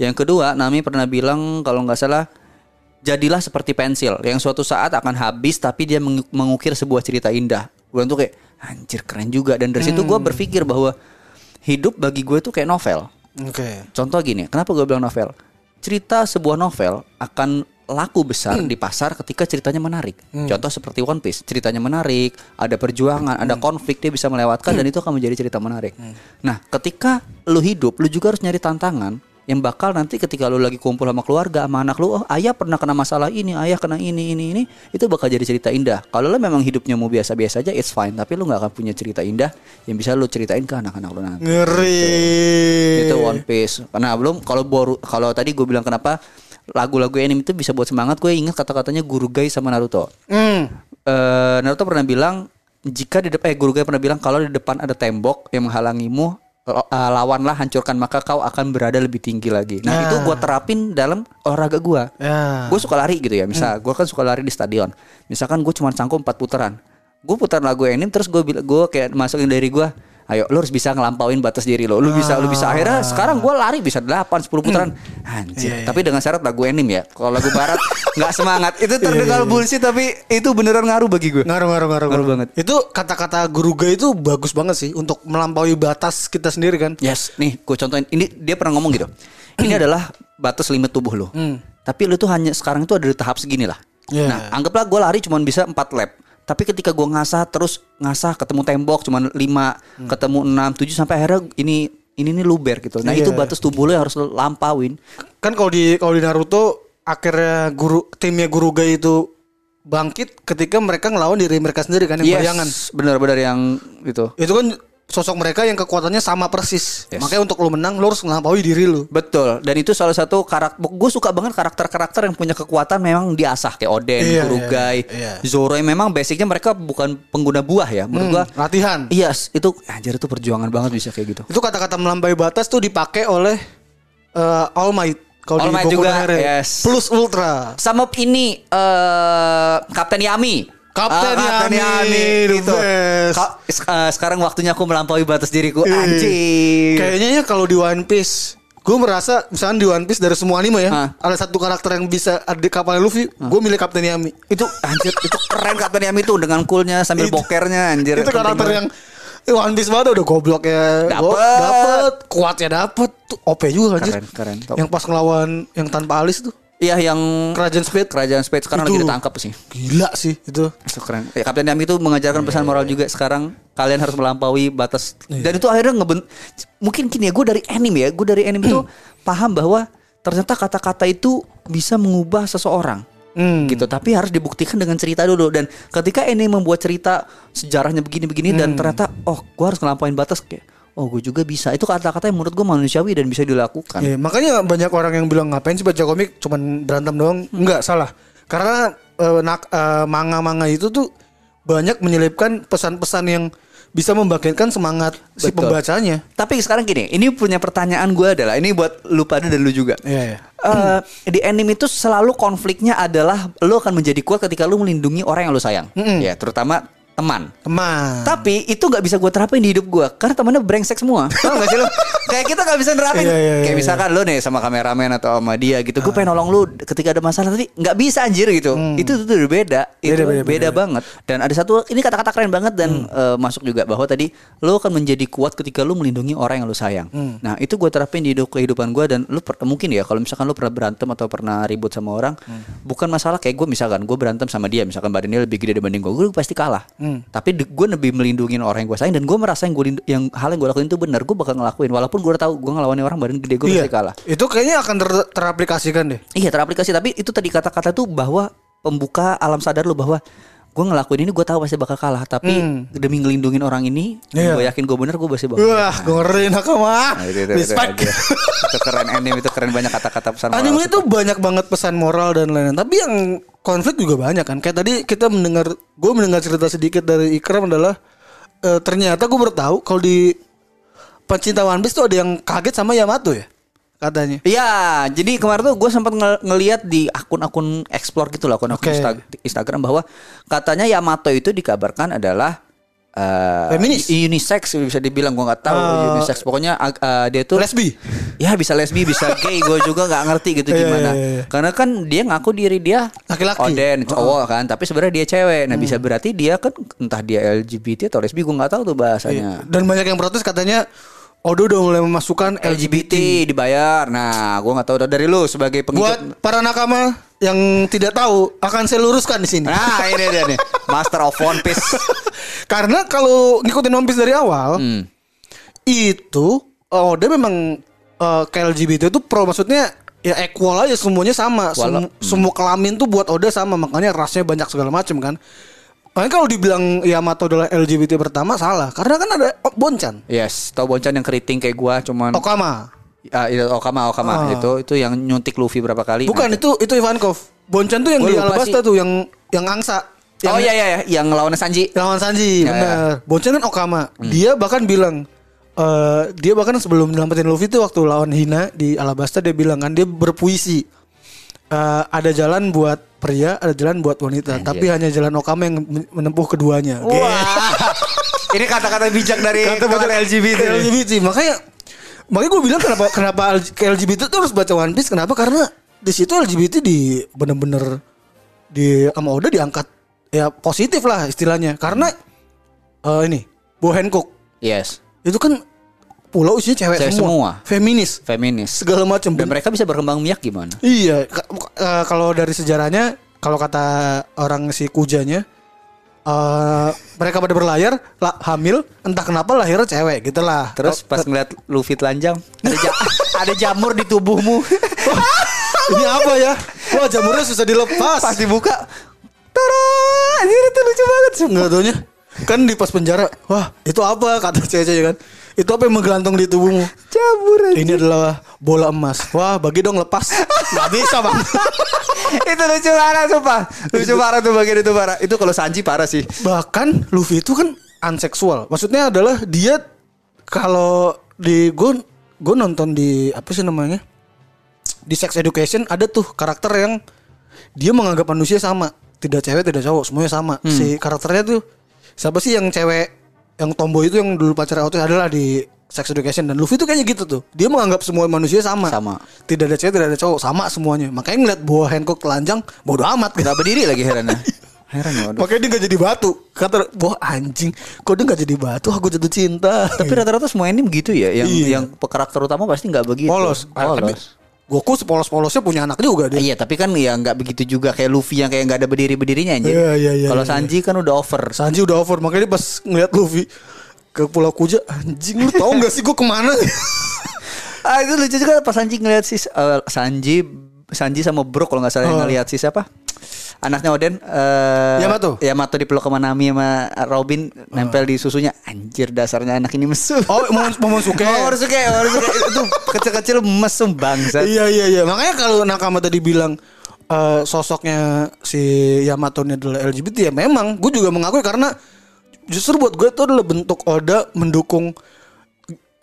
D: Yang kedua, Nami pernah bilang kalau nggak salah jadilah seperti pensil yang suatu saat akan habis tapi dia mengu- mengukir sebuah cerita indah. Gue tuh kayak anjir keren juga dan dari situ gue berpikir bahwa hidup bagi gue tuh kayak novel.
C: Oke.
D: Contoh gini, kenapa gue bilang novel? Cerita sebuah novel akan laku besar di pasar ketika ceritanya menarik. Contoh seperti One Piece, ceritanya menarik, ada perjuangan, ada konflik, dia bisa melewatkan dan itu akan menjadi cerita menarik. Nah, ketika lu hidup, lu juga harus nyari tantangan yang bakal nanti ketika lu lagi kumpul sama keluarga, sama anak lu, oh ayah pernah kena masalah ini, ayah kena ini, ini, ini, itu bakal jadi cerita indah. Kalau lu memang hidupnya mau biasa-biasa aja, it's fine. Tapi lu nggak akan punya cerita indah yang bisa lu ceritain ke anak-anak lu nanti
C: Ngeri.
D: itu One Piece. Karena belum kalau baru kalau tadi gue bilang kenapa lagu-lagu anime itu bisa buat semangat, gue ingat kata-katanya Guru Gai sama Naruto.
C: Hmm.
D: Eh, Naruto pernah bilang jika di depan eh, Guru Gai pernah bilang kalau di depan ada tembok yang menghalangimu eh, eh, lawanlah hancurkan maka kau akan berada lebih tinggi lagi. Nah, itu gue terapin dalam olahraga gue.
C: Ya.
D: Gue suka lari gitu ya. Misal gue kan suka lari di stadion. Misalkan gue cuma sanggup 4 putaran. Gue putar lagu anime terus gue gue kayak masukin dari gue Ayo lu harus bisa ngelangkauin batas diri lo. Lu bisa lu bisa akhirnya sekarang gue lari bisa 8 10 putaran. Anjir. Tapi dengan syarat lagu anime ya. Kalau lagu barat nggak semangat. Itu terdengar bullshit tapi itu beneran ngaruh bagi gue.
C: Ngaruh, ngaruh, ngaruh,
D: Ngaruh banget.
C: Itu kata-kata Guruga itu bagus banget sih untuk melampaui batas kita sendiri kan.
D: Yes, nih gue contohin. Ini dia pernah ngomong gitu. Ini adalah batas limit tubuh lo.
C: Hmm.
D: Tapi lu tuh hanya sekarang itu ada di tahap segini lah.
C: Iya.
D: Nah, anggaplah gue lari cuma bisa 4 lap. Tapi ketika gue ngasah terus ngasah ketemu tembok cuma 5,
C: Hmm.
D: ketemu 6, 7 sampai akhirnya ini ini nih luber gitu. Nah,
C: Iya.
D: itu batas tubuh lo yang harus lo lampauin.
C: Kan kalau di kalau di Naruto akhirnya guru timnya Guruga itu bangkit ketika mereka ngelawan diri mereka sendiri kan yang bayangan.
D: benar-benar yang gitu.
C: Itu kan sosok mereka yang kekuatannya sama persis.
D: Yes.
C: Makanya untuk lu menang lu harus ngelampaui diri lu.
D: Betul, dan itu salah satu karakter gue suka banget karakter-karakter yang punya kekuatan memang diasah kayak Oden,
C: Iya,
D: Kurugai,
C: iya, iya.
D: Zoro yang memang basicnya mereka bukan pengguna buah ya menurut
C: Hmm,
D: gua.
C: latihan.
D: Yes, itu anjir itu perjuangan banget bisa kayak gitu.
C: Itu kata-kata melampaui batas tuh dipakai oleh eh, All Might kalau
D: All
C: di
D: Might
C: Boku
D: juga,
C: no Hero.
D: yes.
C: Plus Ultra.
D: Sama ini eh Kapten Yami.
C: Kapten
D: Ah,
C: Yami, the
D: gitu.
C: best. Iya.
D: Ka- se- eh, sekarang waktunya aku melampaui batas diriku
C: Ih.
D: anjir.
C: Kayaknya ya kalau di One Piece Gue merasa misalnya di One Piece dari semua anime ya
D: Hah.
C: Ada satu karakter yang bisa ada di kapalnya Luffy Gue milih Kapten Yami
D: Itu anjir itu keren Kapten Yami tuh dengan coolnya sambil
C: Itu-
D: bokernya anjir.
C: Itu
D: Penting
C: karakter
D: banget.
C: yang eh, One Piece banget udah goblok ya
D: Dapet.
C: Dapet Kuatnya dapet tuh OP juga anjir
D: Keren, keren.
C: Yang pas ngelawan yang tanpa alis tuh
D: Iya yang
C: Kerajaan Spade
D: kerajaan Spade sekarang lagi
C: Itu.
D: ditangkap sih.
C: Gila sih itu
D: Itu keren. Ya, Kapten Yami itu
C: Iya,
D: mengajarkan pesan moral juga sekarang kalian harus melampaui batas.
C: Iya.
D: Dan itu akhirnya ngeben mungkin gini ya gue dari anime ya, gue dari anime itu paham bahwa ternyata kata-kata itu bisa mengubah seseorang.
C: Hmm.
D: Gitu, tapi harus dibuktikan dengan cerita dulu dan ketika ini membuat cerita sejarahnya begini-begini
C: Hmm.
D: dan ternyata oh, gue harus ngelampain batas kayak oh, gue juga bisa. Itu kata-kata yang menurut gue manusiawi dan bisa dilakukan.
C: Iya, makanya banyak orang yang bilang ngapain sih baca komik cuman berantem doang.
D: Hmm.
C: Enggak, salah. Karena eh, nak- eh, manga-manga itu tuh banyak menyelipkan pesan-pesan yang bisa membangkitkan semangat si
D: Betul.
C: pembacanya.
D: Tapi sekarang gini, ini punya pertanyaan gue adalah ini buat lu pada dan lu juga.
C: Iya, iya.
D: Eh, di anime itu selalu konfliknya adalah lu akan menjadi kuat ketika lu melindungi orang yang lu sayang,
C: Hmm.
D: ya terutama teman.
C: Teman.
D: Tapi itu nggak bisa gue terapin di hidup gue karena temannya brengsek semua. Tau gak sih lu? Kayak kita nggak bisa nerapin.
C: Iya, iya,
D: Kayak
C: iya,
D: misalkan lu nih sama kameramen atau sama dia gitu, gue pengen nolong lu ketika ada masalah tapi nggak bisa anjir gitu. Itu tuh beda, itu
C: Hmm. Beda,
D: beda,
C: beda, Hmm. beda.
D: banget. Dan ada satu ini kata-kata keren banget dan eh, masuk juga bahwa tadi lu akan menjadi kuat ketika lu melindungi orang yang lu sayang.
C: Hmm.
D: Nah, itu gue terapin di hidup kehidupan gue dan lu per- mungkin ya kalau misalkan lu pernah berantem atau pernah ribut sama orang,
C: Hmm.
D: bukan masalah kayak gue misalkan gue berantem sama dia misalkan badannya lebih gede dibanding gue, gue pasti kalah.
C: Hmm.
D: Tapi gue lebih melindungi orang yang gue sayang dan gue merasa yang gue yang hal yang gue lakuin itu benar, gue bakal ngelakuin walaupun gue tahu gue ngelawan orang badan gede gue
C: Iya.
D: pasti kalah.
C: Itu kayaknya akan ter- teraplikasikan deh.
D: Iya teraplikasi tapi itu tadi kata-kata tuh bahwa pembuka alam sadar lu bahwa gue ngelakuin ini gue tahu pasti bakal kalah tapi demi ngelindungin orang ini
C: Hmm. Iya.
D: gue yakin gue bener gue pasti bakal
C: Wah, gue ngeri nakama.
D: Nah, itu, itu, itu,
C: Respect.
D: itu. Itu keren anime itu keren banyak kata-kata pesan moral.
C: Anime itu banyak banget pesan moral dan lain-lain. Tapi yang konflik juga banyak kan. Kayak tadi kita mendengar, gue mendengar cerita sedikit dari Ikram adalah eh, ternyata gue baru tahu kalau di pencinta One Piece tuh ada yang kaget sama Yamato ya katanya.
D: Iya, jadi kemarin tuh gue sempat ngel- ngeliat di akun-akun explore gitu loh, akun-akun
C: Oke.
D: Insta- Instagram bahwa katanya Yamato itu dikabarkan adalah eh,
C: Feminis.
D: u- unisex bisa dibilang gue nggak tahu
C: Eh,
D: unisex pokoknya ag- eh, dia tuh
C: Lesbi.
D: ya bisa lesbi bisa gay gue juga nggak ngerti gitu
C: Iya,
D: gimana
C: iya, iya.
D: karena kan dia ngaku diri dia
C: Laki-laki. Hmm.
D: oden cowok kan tapi sebenarnya dia cewek nah bisa berarti dia kan entah dia LGBT atau lesbi gue nggak tahu tuh bahasanya
C: Dan banyak yang protes katanya Odo udah mulai memasukkan LGBT.
D: LGBT dibayar nah gue nggak tahu dari lu sebagai pengikut
C: Buat para nakama yang tidak tahu akan saya luruskan di sini.
D: Nah ini dia nih Master of One Piece
C: Karena kalau ngikutin One Piece dari awal
D: Hmm.
C: itu oh dia memang eh, KLGBT itu pro maksudnya ya equal aja semuanya sama Sem-
D: Walau-
C: semua kelamin tuh buat Oda sama makanya rasnya banyak segala macam kan. Makanya kalau dibilang Yamato adalah LGBT pertama salah karena kan ada O- Boncan,
D: Yes Tau boncan yang keriting kayak gua Cuman
C: Okama.
D: Ah, iya, Okama Okama
C: Ah.
D: Itu itu yang nyuntik Luffy berapa kali Nah,
C: Bukan itu itu Ivankov. Boncan tuh
D: Gua
C: yang di
D: Iya, Oh, lupa
C: Alabasta
D: sih.
C: tuh yang yang angsa. Yang
D: Oh iya iya iya. Yang lawannya Sanji
C: Lawan Sanji,
D: Ya, Hmm.
C: benar. Boncen kan Okama. Dia bahkan bilang eh, dia bahkan sebelum nyelamatin Luffy itu waktu lawan Hina di Alabasta dia bilang kan dia berpuisi. Eh, ada jalan buat pria, ada jalan buat wanita, tapi hanya jalan Okama yang men- menempuh keduanya.
D: Wah Ini kata-kata bijak dari
C: Kata-kata
D: kawan LGBT nih.
C: LGBT. Makanya makanya gue bilang kenapa kenapa LG- ke LGBT tuh harus baca One Piece kenapa? Karena di situ LGBT di bener-bener di sama Oda diangkat ya positif lah istilahnya. Karena eh, ini Bo Hancock
D: Yes
C: itu kan pulau isinya cewek,
D: Cewek
C: semua.
D: semua.
C: feminis
D: Feminis
C: segala macam.
D: Dan mereka bisa berkembang biak gimana
C: Iya, ka- eh, kalau dari sejarahnya, kalau kata orang si kujanya, eh mereka pada berlayar, la- hamil, entah kenapa lahirnya cewek, gitulah.
D: Terus pas ngeliat Luffy telanjang Oh, ada, ja- ada jamur di tubuhmu Oh,
C: ini apa ya? Wah jamurnya susah dilepas.
D: Pas dibuka Tara Anjir itu lucu banget sih
C: Nggak taunya. Kan di pas penjara, wah itu apa kata cewek-cewek kan? Itu apa yang menggelantung di tubuhmu?
D: Jamur anjir.
C: Ini adalah bola emas. Wah bagi dong lepas. Gak bisa bang.
D: itu lucu parah sumpah Lucu parah tuh bagian itu parah Itu kalau Sanji parah sih
C: Bahkan Luffy itu kan anseksual. Maksudnya adalah dia kalau di gue gue nonton di apa sih namanya di Sex Education ada tuh karakter yang dia menganggap manusia sama, tidak cewek tidak cowok semuanya sama. Si karakternya tuh siapa sih yang cewek yang tomboy itu yang dulu pacar Otis adalah di Sex Education dan Luffy itu kayaknya gitu tuh. Dia menganggap semua manusia sama.
D: Sama.
C: Tidak ada cewek, tidak ada cowok, sama semuanya. Makanya ngeliat bahwa Hancock telanjang bodoh amat gitu.
D: Gak berdiri lagi herannya Heran ya waduh.
C: Makanya dia gak jadi batu. Kata, wah anjing, kok dia gak jadi batu? Aku jatuh cinta.
D: Tapi rata-rata semua anime gitu ya Yang
C: Iya.
D: yang karakter utama pasti gak begitu
C: Gitu. polos.
D: Polos kan
C: Goku sepolos-polosnya punya anak
D: Ah,
C: juga
D: Iya
C: dia.
D: tapi kan ya nggak begitu juga Kayak Luffy yang kayak nggak ada berdiri-berdirinya anjir
C: Iya, iya, iya,
D: Kalau
C: iya.
D: Sanji kan udah over
C: Sanji udah over, makanya dia pas ngeliat Luffy ke Pulau Kuja, anjing lu tau gak sih gue kemana?
D: Ah itu lucu juga pas Sanji ngeliat si eh, Sanji Sanji sama Brook kalau nggak salah
C: Oh.
D: ngeliat si siapa? Anaknya Oden eh,
C: Yamato.
D: Yamato dipeluk sama Nami sama Robin nempel di susunya. Anjir dasarnya anak ini mesum.
C: oh, mau mau suke.
D: Momonosuke, Momonosuke itu kecil-kecil mesum bangsa.
C: Iya iya iya. Makanya kalau Nakama tadi bilang eh, sosoknya si Yamato ini adalah LGBT ya memang gue juga mengakui karena justru buat gue itu adalah bentuk Oda mendukung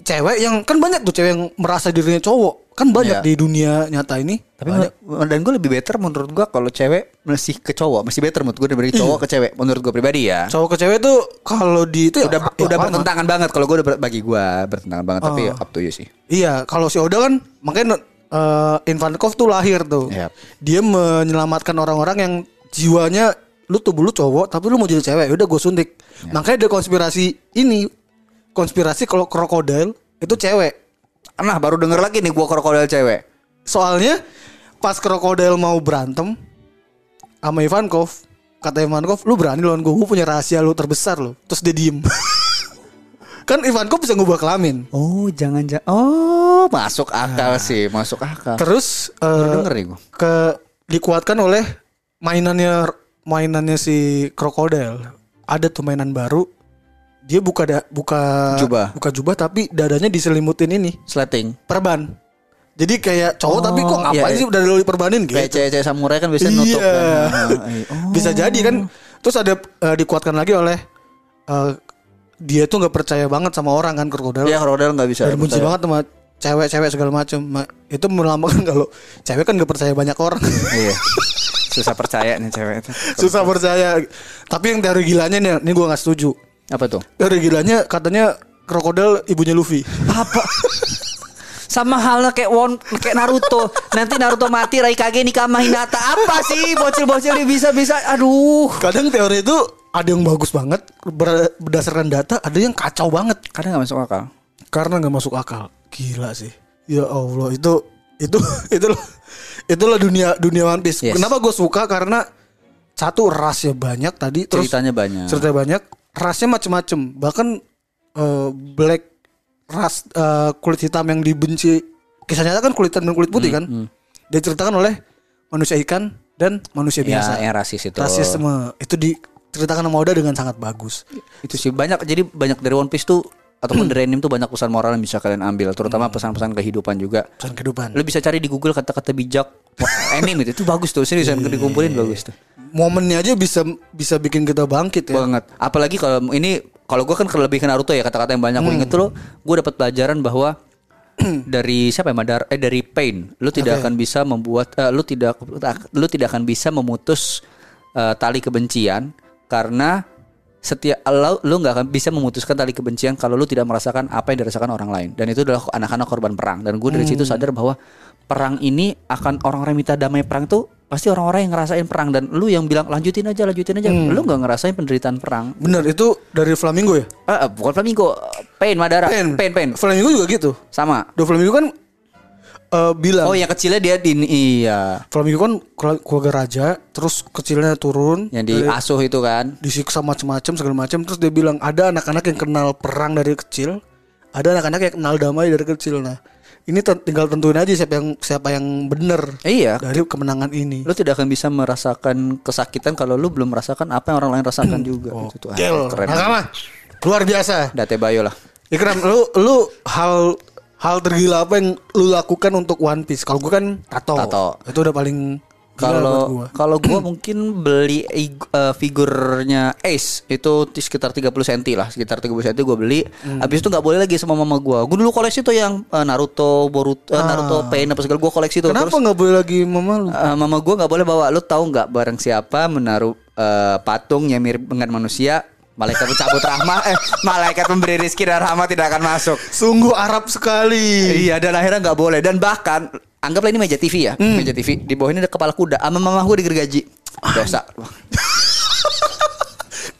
C: cewek yang kan banyak tuh cewek yang merasa dirinya cowok kan banyak
D: Iya.
C: di dunia nyata ini
D: Tapi menur- dan gue lebih better menurut gue kalau cewek masih ke cowok, masih better menurut gue daripada cowok ke cewek menurut gue pribadi ya.
C: cowok ke cewek tuh kalau di itu ya-
D: udah
C: ya
D: udah
C: lama.
D: bertentangan banget kalau gue udah ber- bagi gue bertentangan banget tapi
C: Oh.
D: ya up to you sih.
C: Iya, kalau si Oda kan makanya eh, Ivankov tuh lahir tuh.
D: Yap.
C: Dia menyelamatkan orang-orang yang jiwanya lu tubuh lu cowok tapi lu mau jadi cewek. ya Udah gue suntik.
D: Iya.
C: Makanya ada konspirasi ini. Konspirasi kalau krokodil itu cewek.
D: Nah baru denger lagi nih gue krokodil cewek.
C: Soalnya pas krokodil mau berantem sama Ivankov, kata Ivankov, "Lu berani lawan gue, gue punya rahasia lu terbesar lu." Terus dia diem. kan Ivankov bisa ngubah kelamin.
D: Oh, jangan jangan. Oh, masuk akal sih, masuk akal.
C: Terus
D: Baru
C: eh
D: denger ya? nih gua.
C: ke dikuatkan oleh mainannya mainannya si krokodil. Ada tuh mainan baru. Dia buka da, buka
D: Jubah.
C: buka jubah tapi dadanya diselimutin ini
D: Sleting.
C: perban. Jadi kayak cowok
D: Oh,
C: tapi kok
D: iya,
C: ngapain
D: iya.
C: sih udah dulu diperbanin gitu.
D: Kayak cewek-cewek samurai kan biasanya nutup
C: Iya.
D: kan. Ah, iya. Oh.
C: Bisa jadi kan. Terus ada eh, dikuatkan lagi oleh eh, dia tuh nggak percaya banget sama orang kan krokodil.
D: Ya krokodil nggak bisa.
C: Dan benci
D: percaya.
C: banget sama cewek-cewek segala macam. Ma- Itu melambangkan kalau cewek kan nggak percaya banyak orang.
D: Iya. Susah percaya nih cewek itu.
C: susah percaya tapi yang teori gilanya nih ini gue nggak setuju
D: Apa tuh?
C: teori gilanya katanya krokodil ibunya Luffy
D: Apa? Sama halnya kayak Won, kayak Naruto. Nanti Naruto mati Raikage nikah sama Hinata. Apa sih bocil-bocil dia bisa-bisa? Aduh.
C: kadang teori itu ada yang bagus banget ber- berdasarkan data ada yang kacau banget
D: Kadang nggak masuk akal.
C: karena nggak masuk akal gila sih ya Allah itu itu itu loh. itulah dunia dunia One Piece.
D: Yes.
C: Kenapa gue suka karena satu rasnya banyak tadi terus
D: Ceritanya banyak.
C: cerita banyak rasnya macem-macem bahkan eh, black ras eh, kulit hitam yang dibenci kisah nyata kan kulit hitam dan kulit
D: Hmm,
C: putih kan dia diceritakan oleh manusia ikan dan manusia
D: Ya,
C: biasa
D: yang rasis itu.
C: rasisme itu diceritakan sama Oda dengan sangat bagus
D: Itu sih banyak jadi banyak dari One Piece tuh ataupun dari anime tuh banyak pesan moral yang bisa kalian ambil, terutama pesan-pesan kehidupan juga.
C: pesan kehidupan
D: Lo bisa cari di Google kata-kata bijak anime itu. Itu bagus tuh, serius yang dikumpulin bagus tuh.
C: momennya aja bisa bisa bikin kita bangkit ya
D: banget. Apalagi kalau ini kalau gue kan lebih ke Naruto ya kata-kata yang banyak. Gue inget tuh lo, gue dapat pelajaran bahwa dari siapa ya Madar? Eh dari Pain, lu tidak akan bisa membuat, eh, lu tidak, lu tidak akan bisa memutus eh, tali kebencian karena setiap lo lu nggak akan bisa memutuskan tali kebencian kalau lu tidak merasakan apa yang dirasakan orang lain dan itu adalah anak-anak korban perang dan gue dari situ sadar bahwa perang ini akan orang-orang yang minta damai perang tuh pasti orang-orang yang ngerasain perang dan lu yang bilang lanjutin aja lanjutin aja lu nggak ngerasain penderitaan perang
C: bener itu dari Flamingo ya
D: Ah, ah, bukan flamingo pain madara pain pain,
C: Flamingo juga gitu
D: sama
C: Do Flamingo kan eh, bilang
D: oh yang kecilnya dia di iya
C: Flamingo kan kela- keluarga raja terus kecilnya turun
D: yang di
C: dari-
D: asuh itu kan
C: disiksa macam-macam segala macam terus dia bilang ada anak-anak yang kenal perang dari kecil ada anak-anak yang kenal damai dari kecil nah ini ten- tinggal tentuin aja siapa yang siapa yang bener
D: iya
C: dari kemenangan ini
D: lu tidak akan bisa merasakan kesakitan kalau lu belum merasakan apa yang orang lain rasakan juga itu tuh ah,
C: Gel,
D: keren
C: nakama luar biasa
D: date bayo lah
C: Ikram lu lu hal hal tergila apa yang lu lakukan untuk One Piece kalau gue kan tato.
D: Tato.
C: itu udah paling gila buat
D: kalau
C: gua.
D: kalau gua mungkin beli ig- eh, figurnya Ace itu di sekitar 30 cm lah sekitar 30 cm gua beli
C: Hmm.
D: habis itu nggak boleh lagi sama mama gua gua dulu koleksi tuh yang eh, Naruto Boruto eh, Naruto Pain apa segala gua koleksi tuh
C: Ah. kenapa
D: Terus,
C: nggak boleh lagi mama lu
D: eh, mama gua nggak boleh bawa lu tahu nggak bareng siapa menaruh eh, patung yang mirip dengan manusia malaikat pencabut rahmat eh malaikat pemberi rezeki dan rahmat tidak akan masuk
C: sungguh Arab sekali
D: Iya dan akhirnya nggak boleh dan bahkan anggaplah ini meja TV ya,
C: Hmm.
D: meja TV di bawah ini ada kepala kuda sama mama gue digergaji. Dosa.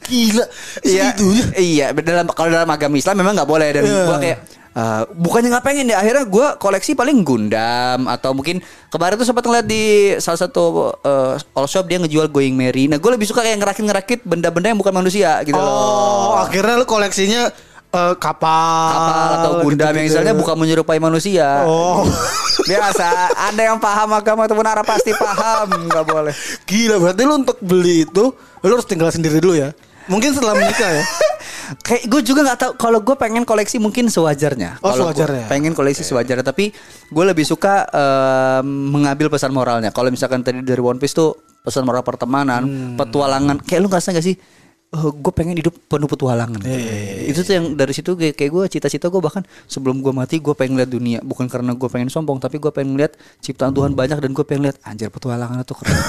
C: gila
D: iya.
C: itu ya
D: Iya, dalam kalau dalam agama Islam memang nggak boleh dan
C: Iya.
D: gua kayak eh, bukannya nggak pengen ya akhirnya gua koleksi paling Gundam atau mungkin kemarin tuh sempat ngeliat di salah satu eh, all shop dia ngejual Going Merry. Nah gue lebih suka kayak ngerakit ngerakit benda-benda yang bukan manusia gitu
C: Oh,
D: loh.
C: akhirnya lu koleksinya eh, kapal,
D: Kapal atau Gundam yang
C: gitu-gitu.
D: misalnya bukan menyerupai manusia.
C: Oh,
D: Biasa, ada yang paham agama ataupun arah pasti paham, nggak boleh.
C: gila berarti lu untuk beli itu lu harus tinggal sendiri dulu ya. Mungkin setelah menikah ya.
D: Kayak gue juga nggak tahu kalau gue pengen koleksi mungkin sewajarnya.
C: Oh,
D: Kalau gua
C: sewajarnya.
D: Pengen koleksi sewajarnya, tapi gue lebih suka em, mengambil pesan moralnya. Kalau misalkan tadi dari One Piece tuh pesan moral pertemanan,
C: Hmm.
D: petualangan. Kayak lu ngerasa gak sih? gue pengen hidup penuh petualangan.
C: Iya,
D: Itu tuh yang dari situ kayak, kayak gue cita-cita gue bahkan sebelum gue mati gue pengen lihat dunia. Bukan karena gue pengen sombong, tapi gue pengen lihat ciptaan Tuhan
C: Hmm.
D: banyak dan gue pengen lihat anjir petualangan itu keren.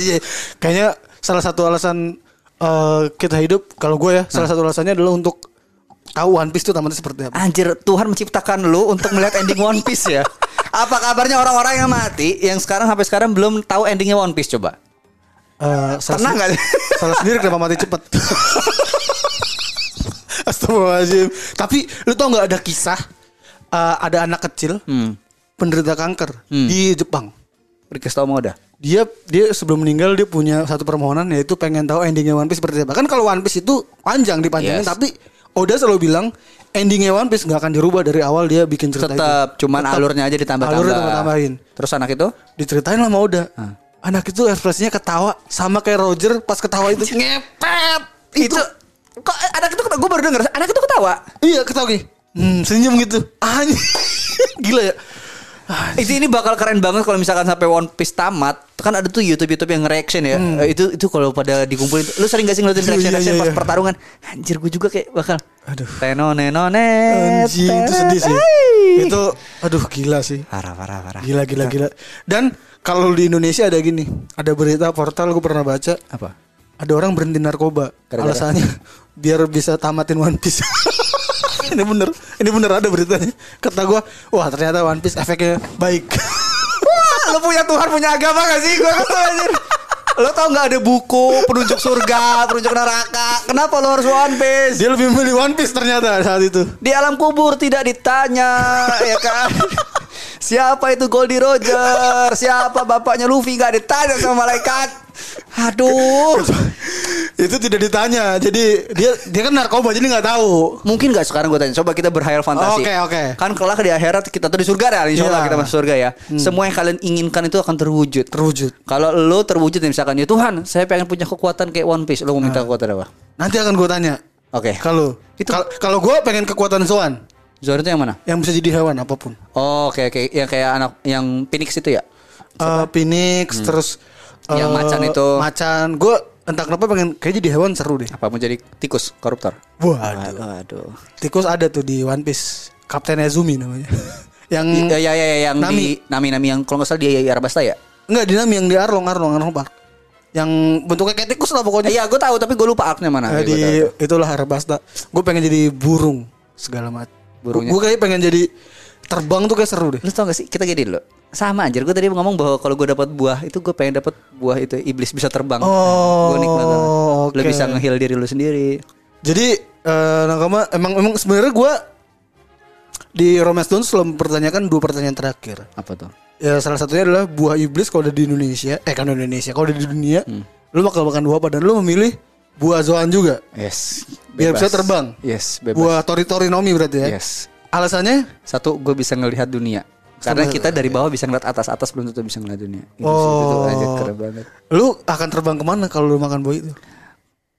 C: Iya, kayaknya salah satu alasan eh, kita hidup kalau gue ya, salah satu alasannya adalah untuk tahu One Piece itu tamatnya seperti apa.
D: Anjir, Tuhan menciptakan lu untuk melihat ending One Piece ya. Apa kabarnya orang-orang yang mati yang sekarang sampai sekarang belum tahu endingnya One Piece coba?
C: Eh, salah
D: Tenang
C: se-
D: Ah, nggak?
C: Salah sendiri kenapa mati cepet. Astagfirullahaladzim. Tapi lu tau nggak ada kisah eh, ada anak kecil
D: Hmm.
C: penderita kanker di Jepang.
D: Rikes tau mau udah.
C: dia dia sebelum meninggal dia punya satu permohonan yaitu pengen tahu endingnya One Piece seperti apa. Kan kalau One Piece itu panjang dipanjangin
D: Yes.
C: tapi Oda selalu bilang endingnya One Piece nggak akan dirubah dari awal dia bikin cerita
D: Tetap,
C: itu.
D: cuman
C: Tetap.
D: alurnya aja ditambah-tambah.
C: Alurnya tambah-tambahin.
D: Terus anak itu?
C: Diceritain lah sama Oda. Anak itu ekspresinya ketawa sama kayak Roger pas ketawa itu
D: eh.
C: ngepet.
D: Itu, kok eh, anak itu ketawa? Gue baru denger, anak itu ketawa.
C: Iya ketawa gini. Hmm, senyum gitu. Anjing. Gila ya.
D: Itu ini bakal keren banget kalau misalkan sampai One Piece tamat. Kan ada tuh YouTube-YouTube yang reaction ya. Eh, Itu itu kalau pada dikumpulin. Lu sering gak sih ngeliatin
C: Aduh,
D: reaction,
C: Hmm. iya,
D: reaction
C: iya,
D: pas
C: iya.
D: pertarungan? Anjir, gue juga kayak bakal.
C: Aduh.
D: Tenone none.
C: Anjing itu sedih sih. Itu aduh gila sih.
D: parah parah parah.
C: Gila gila gila. Ah, Dan kalau di Indonesia ada gini, ada berita portal gue pernah baca.
D: Apa?
C: Ada orang berhenti narkoba.
D: Gara-gara?
C: Alasannya biar bisa tamatin One Piece. ini bener, ini bener ada beritanya. Kata gue, wah ternyata One Piece efeknya baik.
D: Wah, lo Ah, punya Tuhan punya agama gak sih? Gue kesel anjir. Lo tau gak ada buku penunjuk surga, penunjuk neraka. Kenapa lo harus One Piece?
C: Dia lebih milih One Piece ternyata saat itu.
D: Di alam kubur tidak ditanya, ya kan? Si Siapa itu Goldie Roger? Siapa bapaknya Luffy? Gak ditanya sama malaikat. Aduh.
C: itu tidak ditanya. Jadi dia dia kan narkoba jadi nggak tahu.
D: Mungkin gak sekarang gue tanya. Coba kita berhayal fantasi.
C: Oke, oke.
D: Kan kelak di akhirat kita tuh di surga ya. Insya Allah
C: Iya.
D: kita masuk surga ya. Semua yang kalian inginkan itu akan terwujud.
C: Terwujud.
D: Kalau lo terwujud nih, misalkan ya Tuhan, saya pengen punya kekuatan kayak One Piece. Lo mau
C: Ah.
D: minta kekuatan apa?
C: Nanti akan gue tanya.
D: Oke.
C: Kalau
D: Eh, Itu-
C: kal- kalau gue pengen kekuatan Soan
D: Zoan itu yang mana?
C: yang bisa jadi hewan apapun.
D: Oh, oke oke. Yang kayak anak yang Phoenix itu ya.
C: Eh Phoenix terus
D: Yang
C: eh,
D: Hmm. Ya, macan itu.
C: Macan. Gue entah kenapa pengen kayak jadi hewan seru deh.
D: Apa mau jadi tikus koruptor?
C: Waduh.
D: Aduh.
C: Tikus ada tuh di One Piece. Kapten Azumi namanya. yang
D: Ya, ya, ya, ya, yang
C: Hmm. Nami.
D: di nami-nami yang kalau nggak salah di Arabasta ya.
C: enggak dinami yang di Arlong Arlong Arlong Park. Yang bentuknya kayak tikus lah pokoknya.
D: Iya, gue tahu tapi gue lupa arknya mana. Iya,
C: Eh,
D: gua tahu,
C: di
D: tahu.
C: itulah Arbasta. Gue pengen jadi burung segala macam.
D: Burungnya.
C: Gue kayak pengen jadi terbang tuh kayak seru deh.
D: Lu tau gak sih kita gini dulu Sama anjir gue tadi ngomong bahwa kalau gue dapat buah itu gue pengen dapat buah itu iblis bisa terbang.
C: Oh,
D: gue nikmat. banget. Lu
C: oke.
D: bisa ngehil diri lu sendiri.
C: Jadi eh Nakama emang emang sebenarnya gue di Romance Dawn selalu mempertanyakan dua pertanyaan terakhir.
D: Apa tuh?
C: Ya salah satunya adalah buah iblis kalau ada di Indonesia, eh kan Indonesia, kalau ada di dunia,
D: Hmm.
C: lu bakal makan buah apa dan lu memilih buah zoan juga.
D: Yes.
C: Biar
D: bebas.
C: bisa terbang.
D: Yes, bebas.
C: Buah toritorinomi berarti ya.
D: Yes.
C: Alasannya
D: Satu gue bisa ngelihat dunia. Karena kita dari bawah bisa ngeliat atas, atas belum tentu bisa ngeliat dunia. Itu sih, itu
C: Oh.
D: tuh anjir, keren banget.
C: lu akan terbang kemana kalau lu makan buah itu?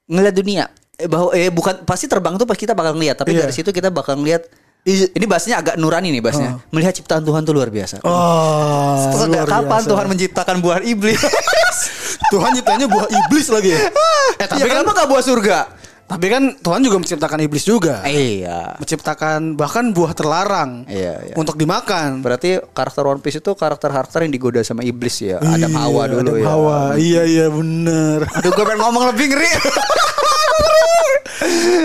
D: Ngeliat dunia. Eh, bahwa eh bukan pasti terbang tuh pas kita bakal ngeliat, tapi
C: Iya.
D: dari situ kita bakal ngeliat
C: Is-
D: ini bahasanya agak nurani nih bahasanya. Melihat ciptaan Tuhan tuh luar biasa.
C: Oh,
D: Sejak
C: luar
D: kapan
C: biasa.
D: Tuhan menciptakan buah iblis?
C: Tuhan nyiptanya buah iblis lagi ya? Eh, tapi
D: ya,
C: kan
D: kenapa gak buah surga?
C: tapi kan Tuhan juga menciptakan iblis juga.
D: Iya.
C: Menciptakan bahkan buah terlarang
D: Iya, iya.
C: untuk dimakan.
D: Berarti karakter One Piece itu karakter-karakter yang digoda sama iblis ya. Adam Hawa
C: Iya,
D: dulu
C: Adam
D: ya.
C: Hawa. Iya iya bener.
D: Aduh gue pengen ngomong lebih ngeri.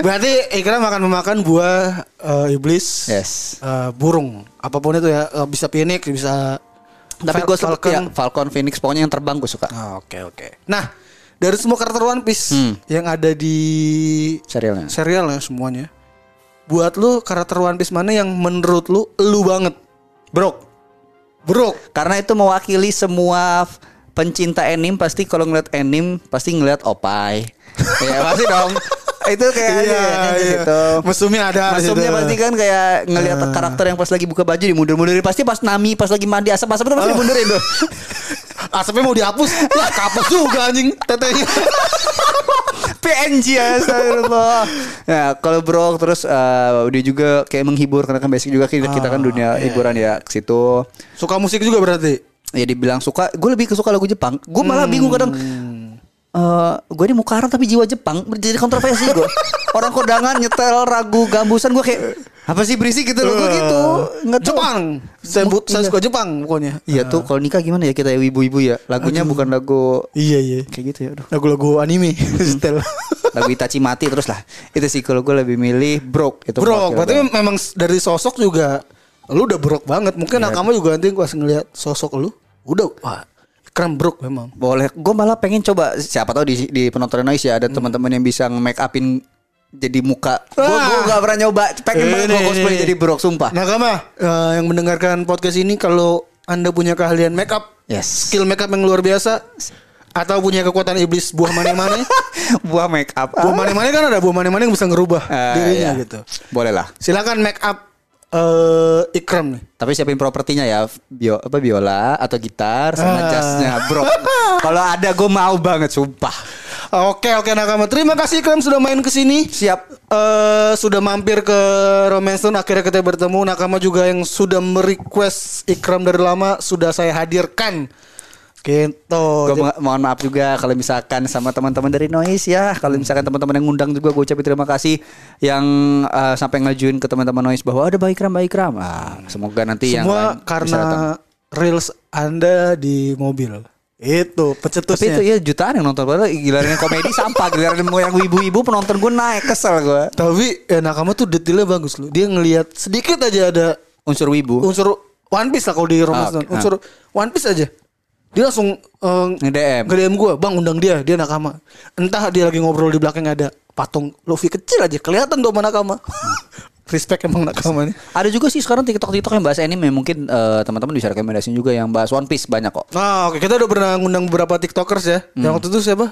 C: Berarti Ikram akan memakan buah eh, iblis.
D: Yes.
C: eh, burung, apapun itu ya, eh, bisa phoenix, bisa
D: Tapi
C: fal-
D: gue sempet
C: falcon.
D: ya Falcon Phoenix pokoknya yang terbang gue suka.
C: Ah, Oke oke. Nah dari semua karakter One Piece
D: Hmm.
C: yang ada di
D: Serialnya.
C: serial ya semuanya, buat lu karakter One Piece mana yang menurut lu lu banget, Brok? Brok.
D: Karena itu mewakili semua f- pencinta anime pasti kalau ngeliat anime pasti ngeliat opai. ya pasti dong. Itu kayak
C: Iya,
D: kayak
C: iya.
D: gitu.
C: Mesumnya Ah. ada di
D: Mesumnya
C: situ.
D: pasti kan kayak ngelihat karakter yang pas lagi buka baju dimundur-mundurin pasti pas Nami pas lagi mandi asap-asap itu
C: Oh.
D: pasti dimundurin tuh.
C: Asapnya mau dihapus, ya kapus juga anjing tetenya.
D: PNG astagfirullah. Nah, kalau Bro terus eh, dia juga kayak menghibur karena kan basic juga kita, kita
C: Ah,
D: kan dunia
C: iya,
D: hiburan ya ke situ.
C: Suka musik juga berarti.
D: Ya dibilang suka, gue lebih suka lagu Jepang. Gue malah
C: Hmm.
D: bingung kadang eh gue ini muka Arab tapi jiwa Jepang jadi kontroversi gue orang kondangan nyetel ragu gambusan gue kayak apa sih berisik gitu loh gue gitu nggak tahu.
C: Eh, Jepang. Eh. Saya, bu- saya
D: Iya.
C: suka Jepang pokoknya.
D: Iya tuh kalau nikah gimana ya kita ya, ibu-ibu ya lagunya bukan lagu
C: Iya iya.
D: kayak gitu ya aduh.
C: Lagu-lagu anime
D: Hmm.
C: setel.
D: lagu Itachi mati terus lah itu sih kalau gue lebih milih Broke itu
C: Brok,
D: mewakili
C: berarti
D: banget.
C: memang s- dari sosok juga lu udah brok banget.
D: Iya.
C: Mungkin nakama juga nanti gua ngeliat sosok lu udah wah keren brok memang.
D: boleh gue malah pengen coba siapa tahu di di penonton noise ya
C: Hmm.
D: ada teman-teman yang bisa make upin jadi muka gue
C: Ah.
D: gue gak pernah nyoba pengen banget gue cosplay jadi Broke sumpah
C: Eh, Nakama eh, yang mendengarkan podcast ini kalau anda punya keahlian makeup,
D: yes
C: skill makeup yang luar biasa, atau punya kekuatan iblis buah mane-mane,
D: buah make up
C: buah mane-mane kan ada buah mane-mane yang bisa ngerubah
D: Ah,
C: dirinya
D: iya.
C: gitu.
D: boleh lah
C: Silakan make up eh, Ikram nih.
D: Tapi siapin propertinya ya, bio apa biola atau gitar sama
C: Ah.
D: jasnya, bro. Kalau ada gue mau banget, sumpah.
C: Oke oke Nakama, terima kasih Ikram sudah main ke sini.
D: Siap.
C: eh sudah mampir ke Romance Zone akhirnya kita bertemu Nakama juga yang sudah merequest Ikram dari lama sudah saya hadirkan gitu
D: Gue
C: Jadi-
D: mohon maaf juga kalau misalkan sama teman-teman dari Noise ya, kalau
C: Hmm.
D: misalkan teman-teman yang ngundang juga gue ucapin terima kasih yang eh, sampai ngajuin ke teman-teman Noise bahwa "Oh, ada baik ram baik ram. Ah, semoga nanti yang lain
C: semua
D: bisa
C: karena
D: datang.
C: reels anda di mobil itu
D: tapi
C: pencetusnya
D: itu ya jutaan yang nonton padahal giliran yang komedi sampah, giliran yang ibu-ibu penonton gue naik kesel gue.
C: tapi eh, Nakama tuh detailnya bagus loh dia ngelihat sedikit aja ada
D: Unsur wibu.
C: unsur One Piece lah kalau di Romance
D: Ah,
C: Zone
D: oke.
C: unsur One Piece aja dia langsung eh,
D: Nge-DM.
C: Ke DM gue, bang undang dia, dia nakama. Entah dia lagi ngobrol di belakang ada patung Luffy kecil aja, kelihatan tuh sama nakama. Respect emang nakamannya.
D: Ada juga sih sekarang TikTok-TikTok yang bahas anime mungkin eh, teman-teman bisa rekomendasiin juga yang bahas One Piece banyak kok.
C: Nah, oke kita udah pernah ngundang beberapa TikTokers ya.
D: Hmm.
C: Yang waktu itu siapa?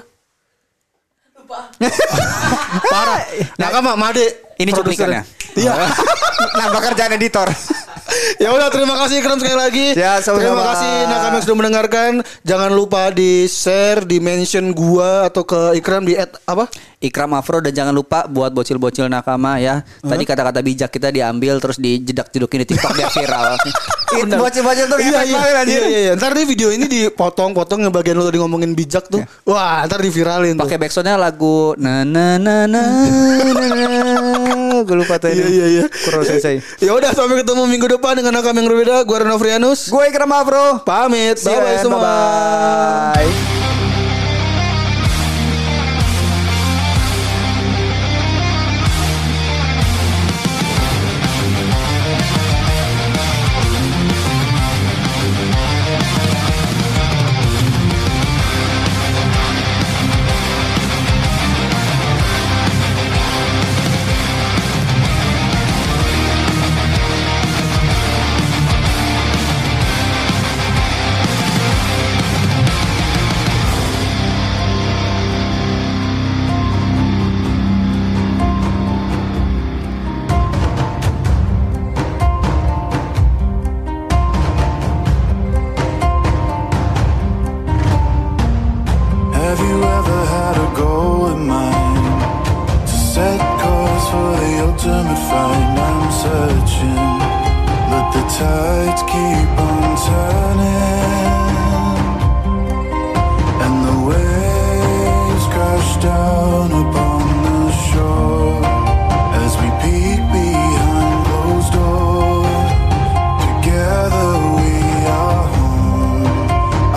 C: Parah. Nah, kamu Made.
D: Ini cuplikannya.
C: produsernya. Iya.
D: Nambah kerjaan editor.
C: ya udah terima kasih Ikram sekali lagi.
D: Ya, sama-sama.
C: terima kasih Nakamex sudah mendengarkan. Jangan lupa di share, di mention gua atau ke Ikram di at, apa?
D: Ikram Afro dan jangan lupa buat bocil-bocil nakama ya. Tadi kata-kata bijak kita diambil terus dijedak-jedukin di TikTok biar viral.
C: Benar. iya, iya, iya, iya, iya. Ntar nih video ini dipotong-potong yang bagian lu tadi ngomongin bijak tuh. Wah, ntar diviralin
D: Ya.
C: tuh.
D: Pakai backsoundnya lagu na na na na na na. Gue lupa tadi.
C: Iya iya iya.
D: Kurang sensei.
C: Ya udah sampai ketemu minggu depan dengan nakam yang berbeda. Gua Reno Frianus.
D: Gue Ikram Afro.
C: Pamit.
D: See you
C: Bye bye
D: and
C: semua.
D: bye-bye.
E: Have you ever had a goal in mind? To set course for the ultimate fight? I'm searching, but the tides keep on turning, and the waves crash down upon the shore as we peek behind closed doors. Together we are home,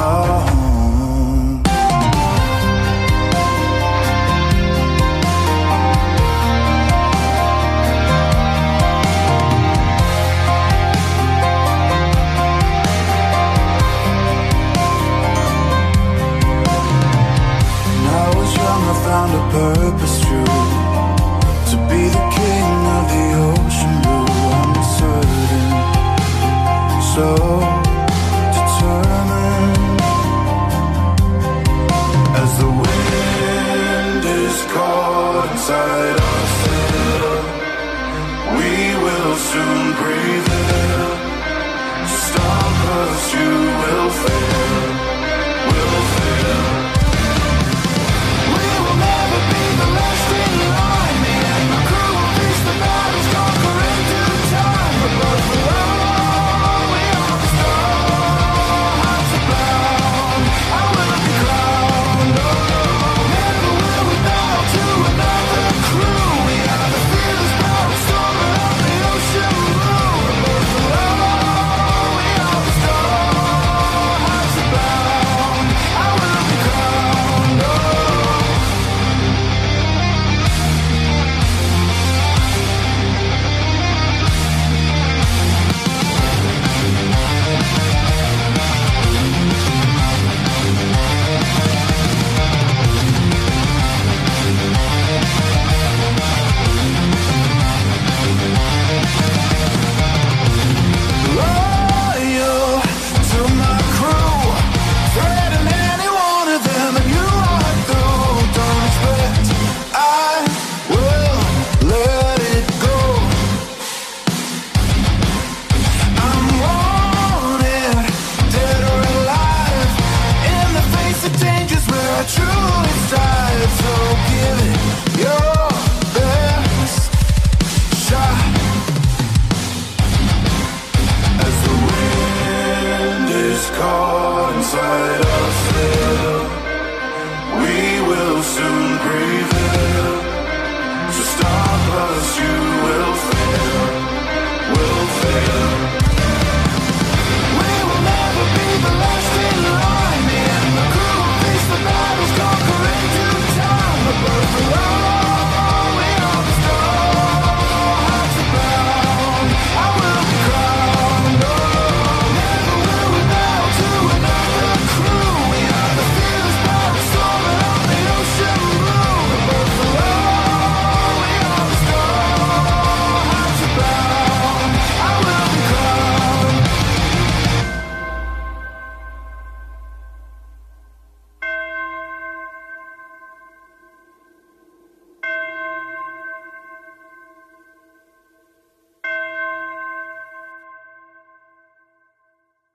E: are home. When I was young, I found a purpose true to be the king of the ocean blue. I'm certain, so determined. As the wind is caught inside our sail, we will soon breathe it. Stoppers, you will fail, will fail. We will never be the last in line. Me and my crew will face the battles, conquer in due time. But love will always be strong. Hearts are bound. I will be crowned. Oh, never will we bow to another crew. We are the fearless power, storming on the ocean blue.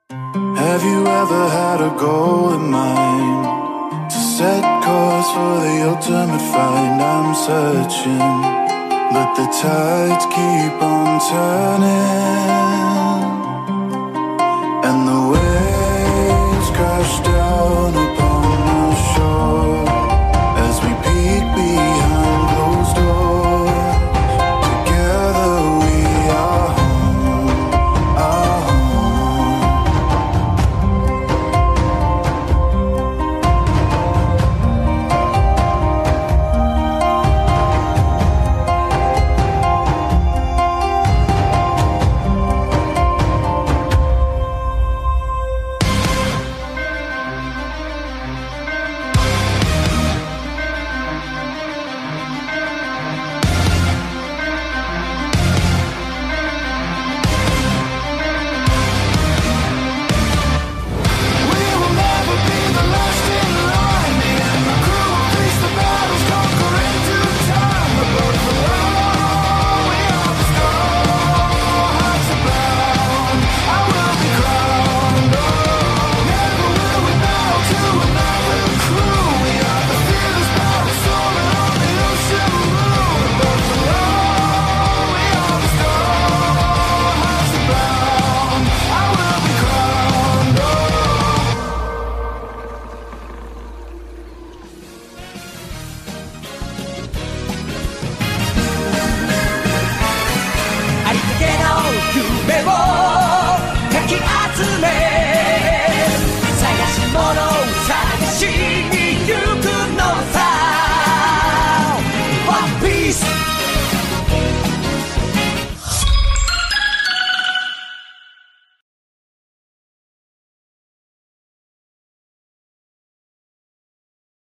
E: Have you ever had a goal in mind? To set course for the ultimate find, I'm searching. But the tides keep on turning.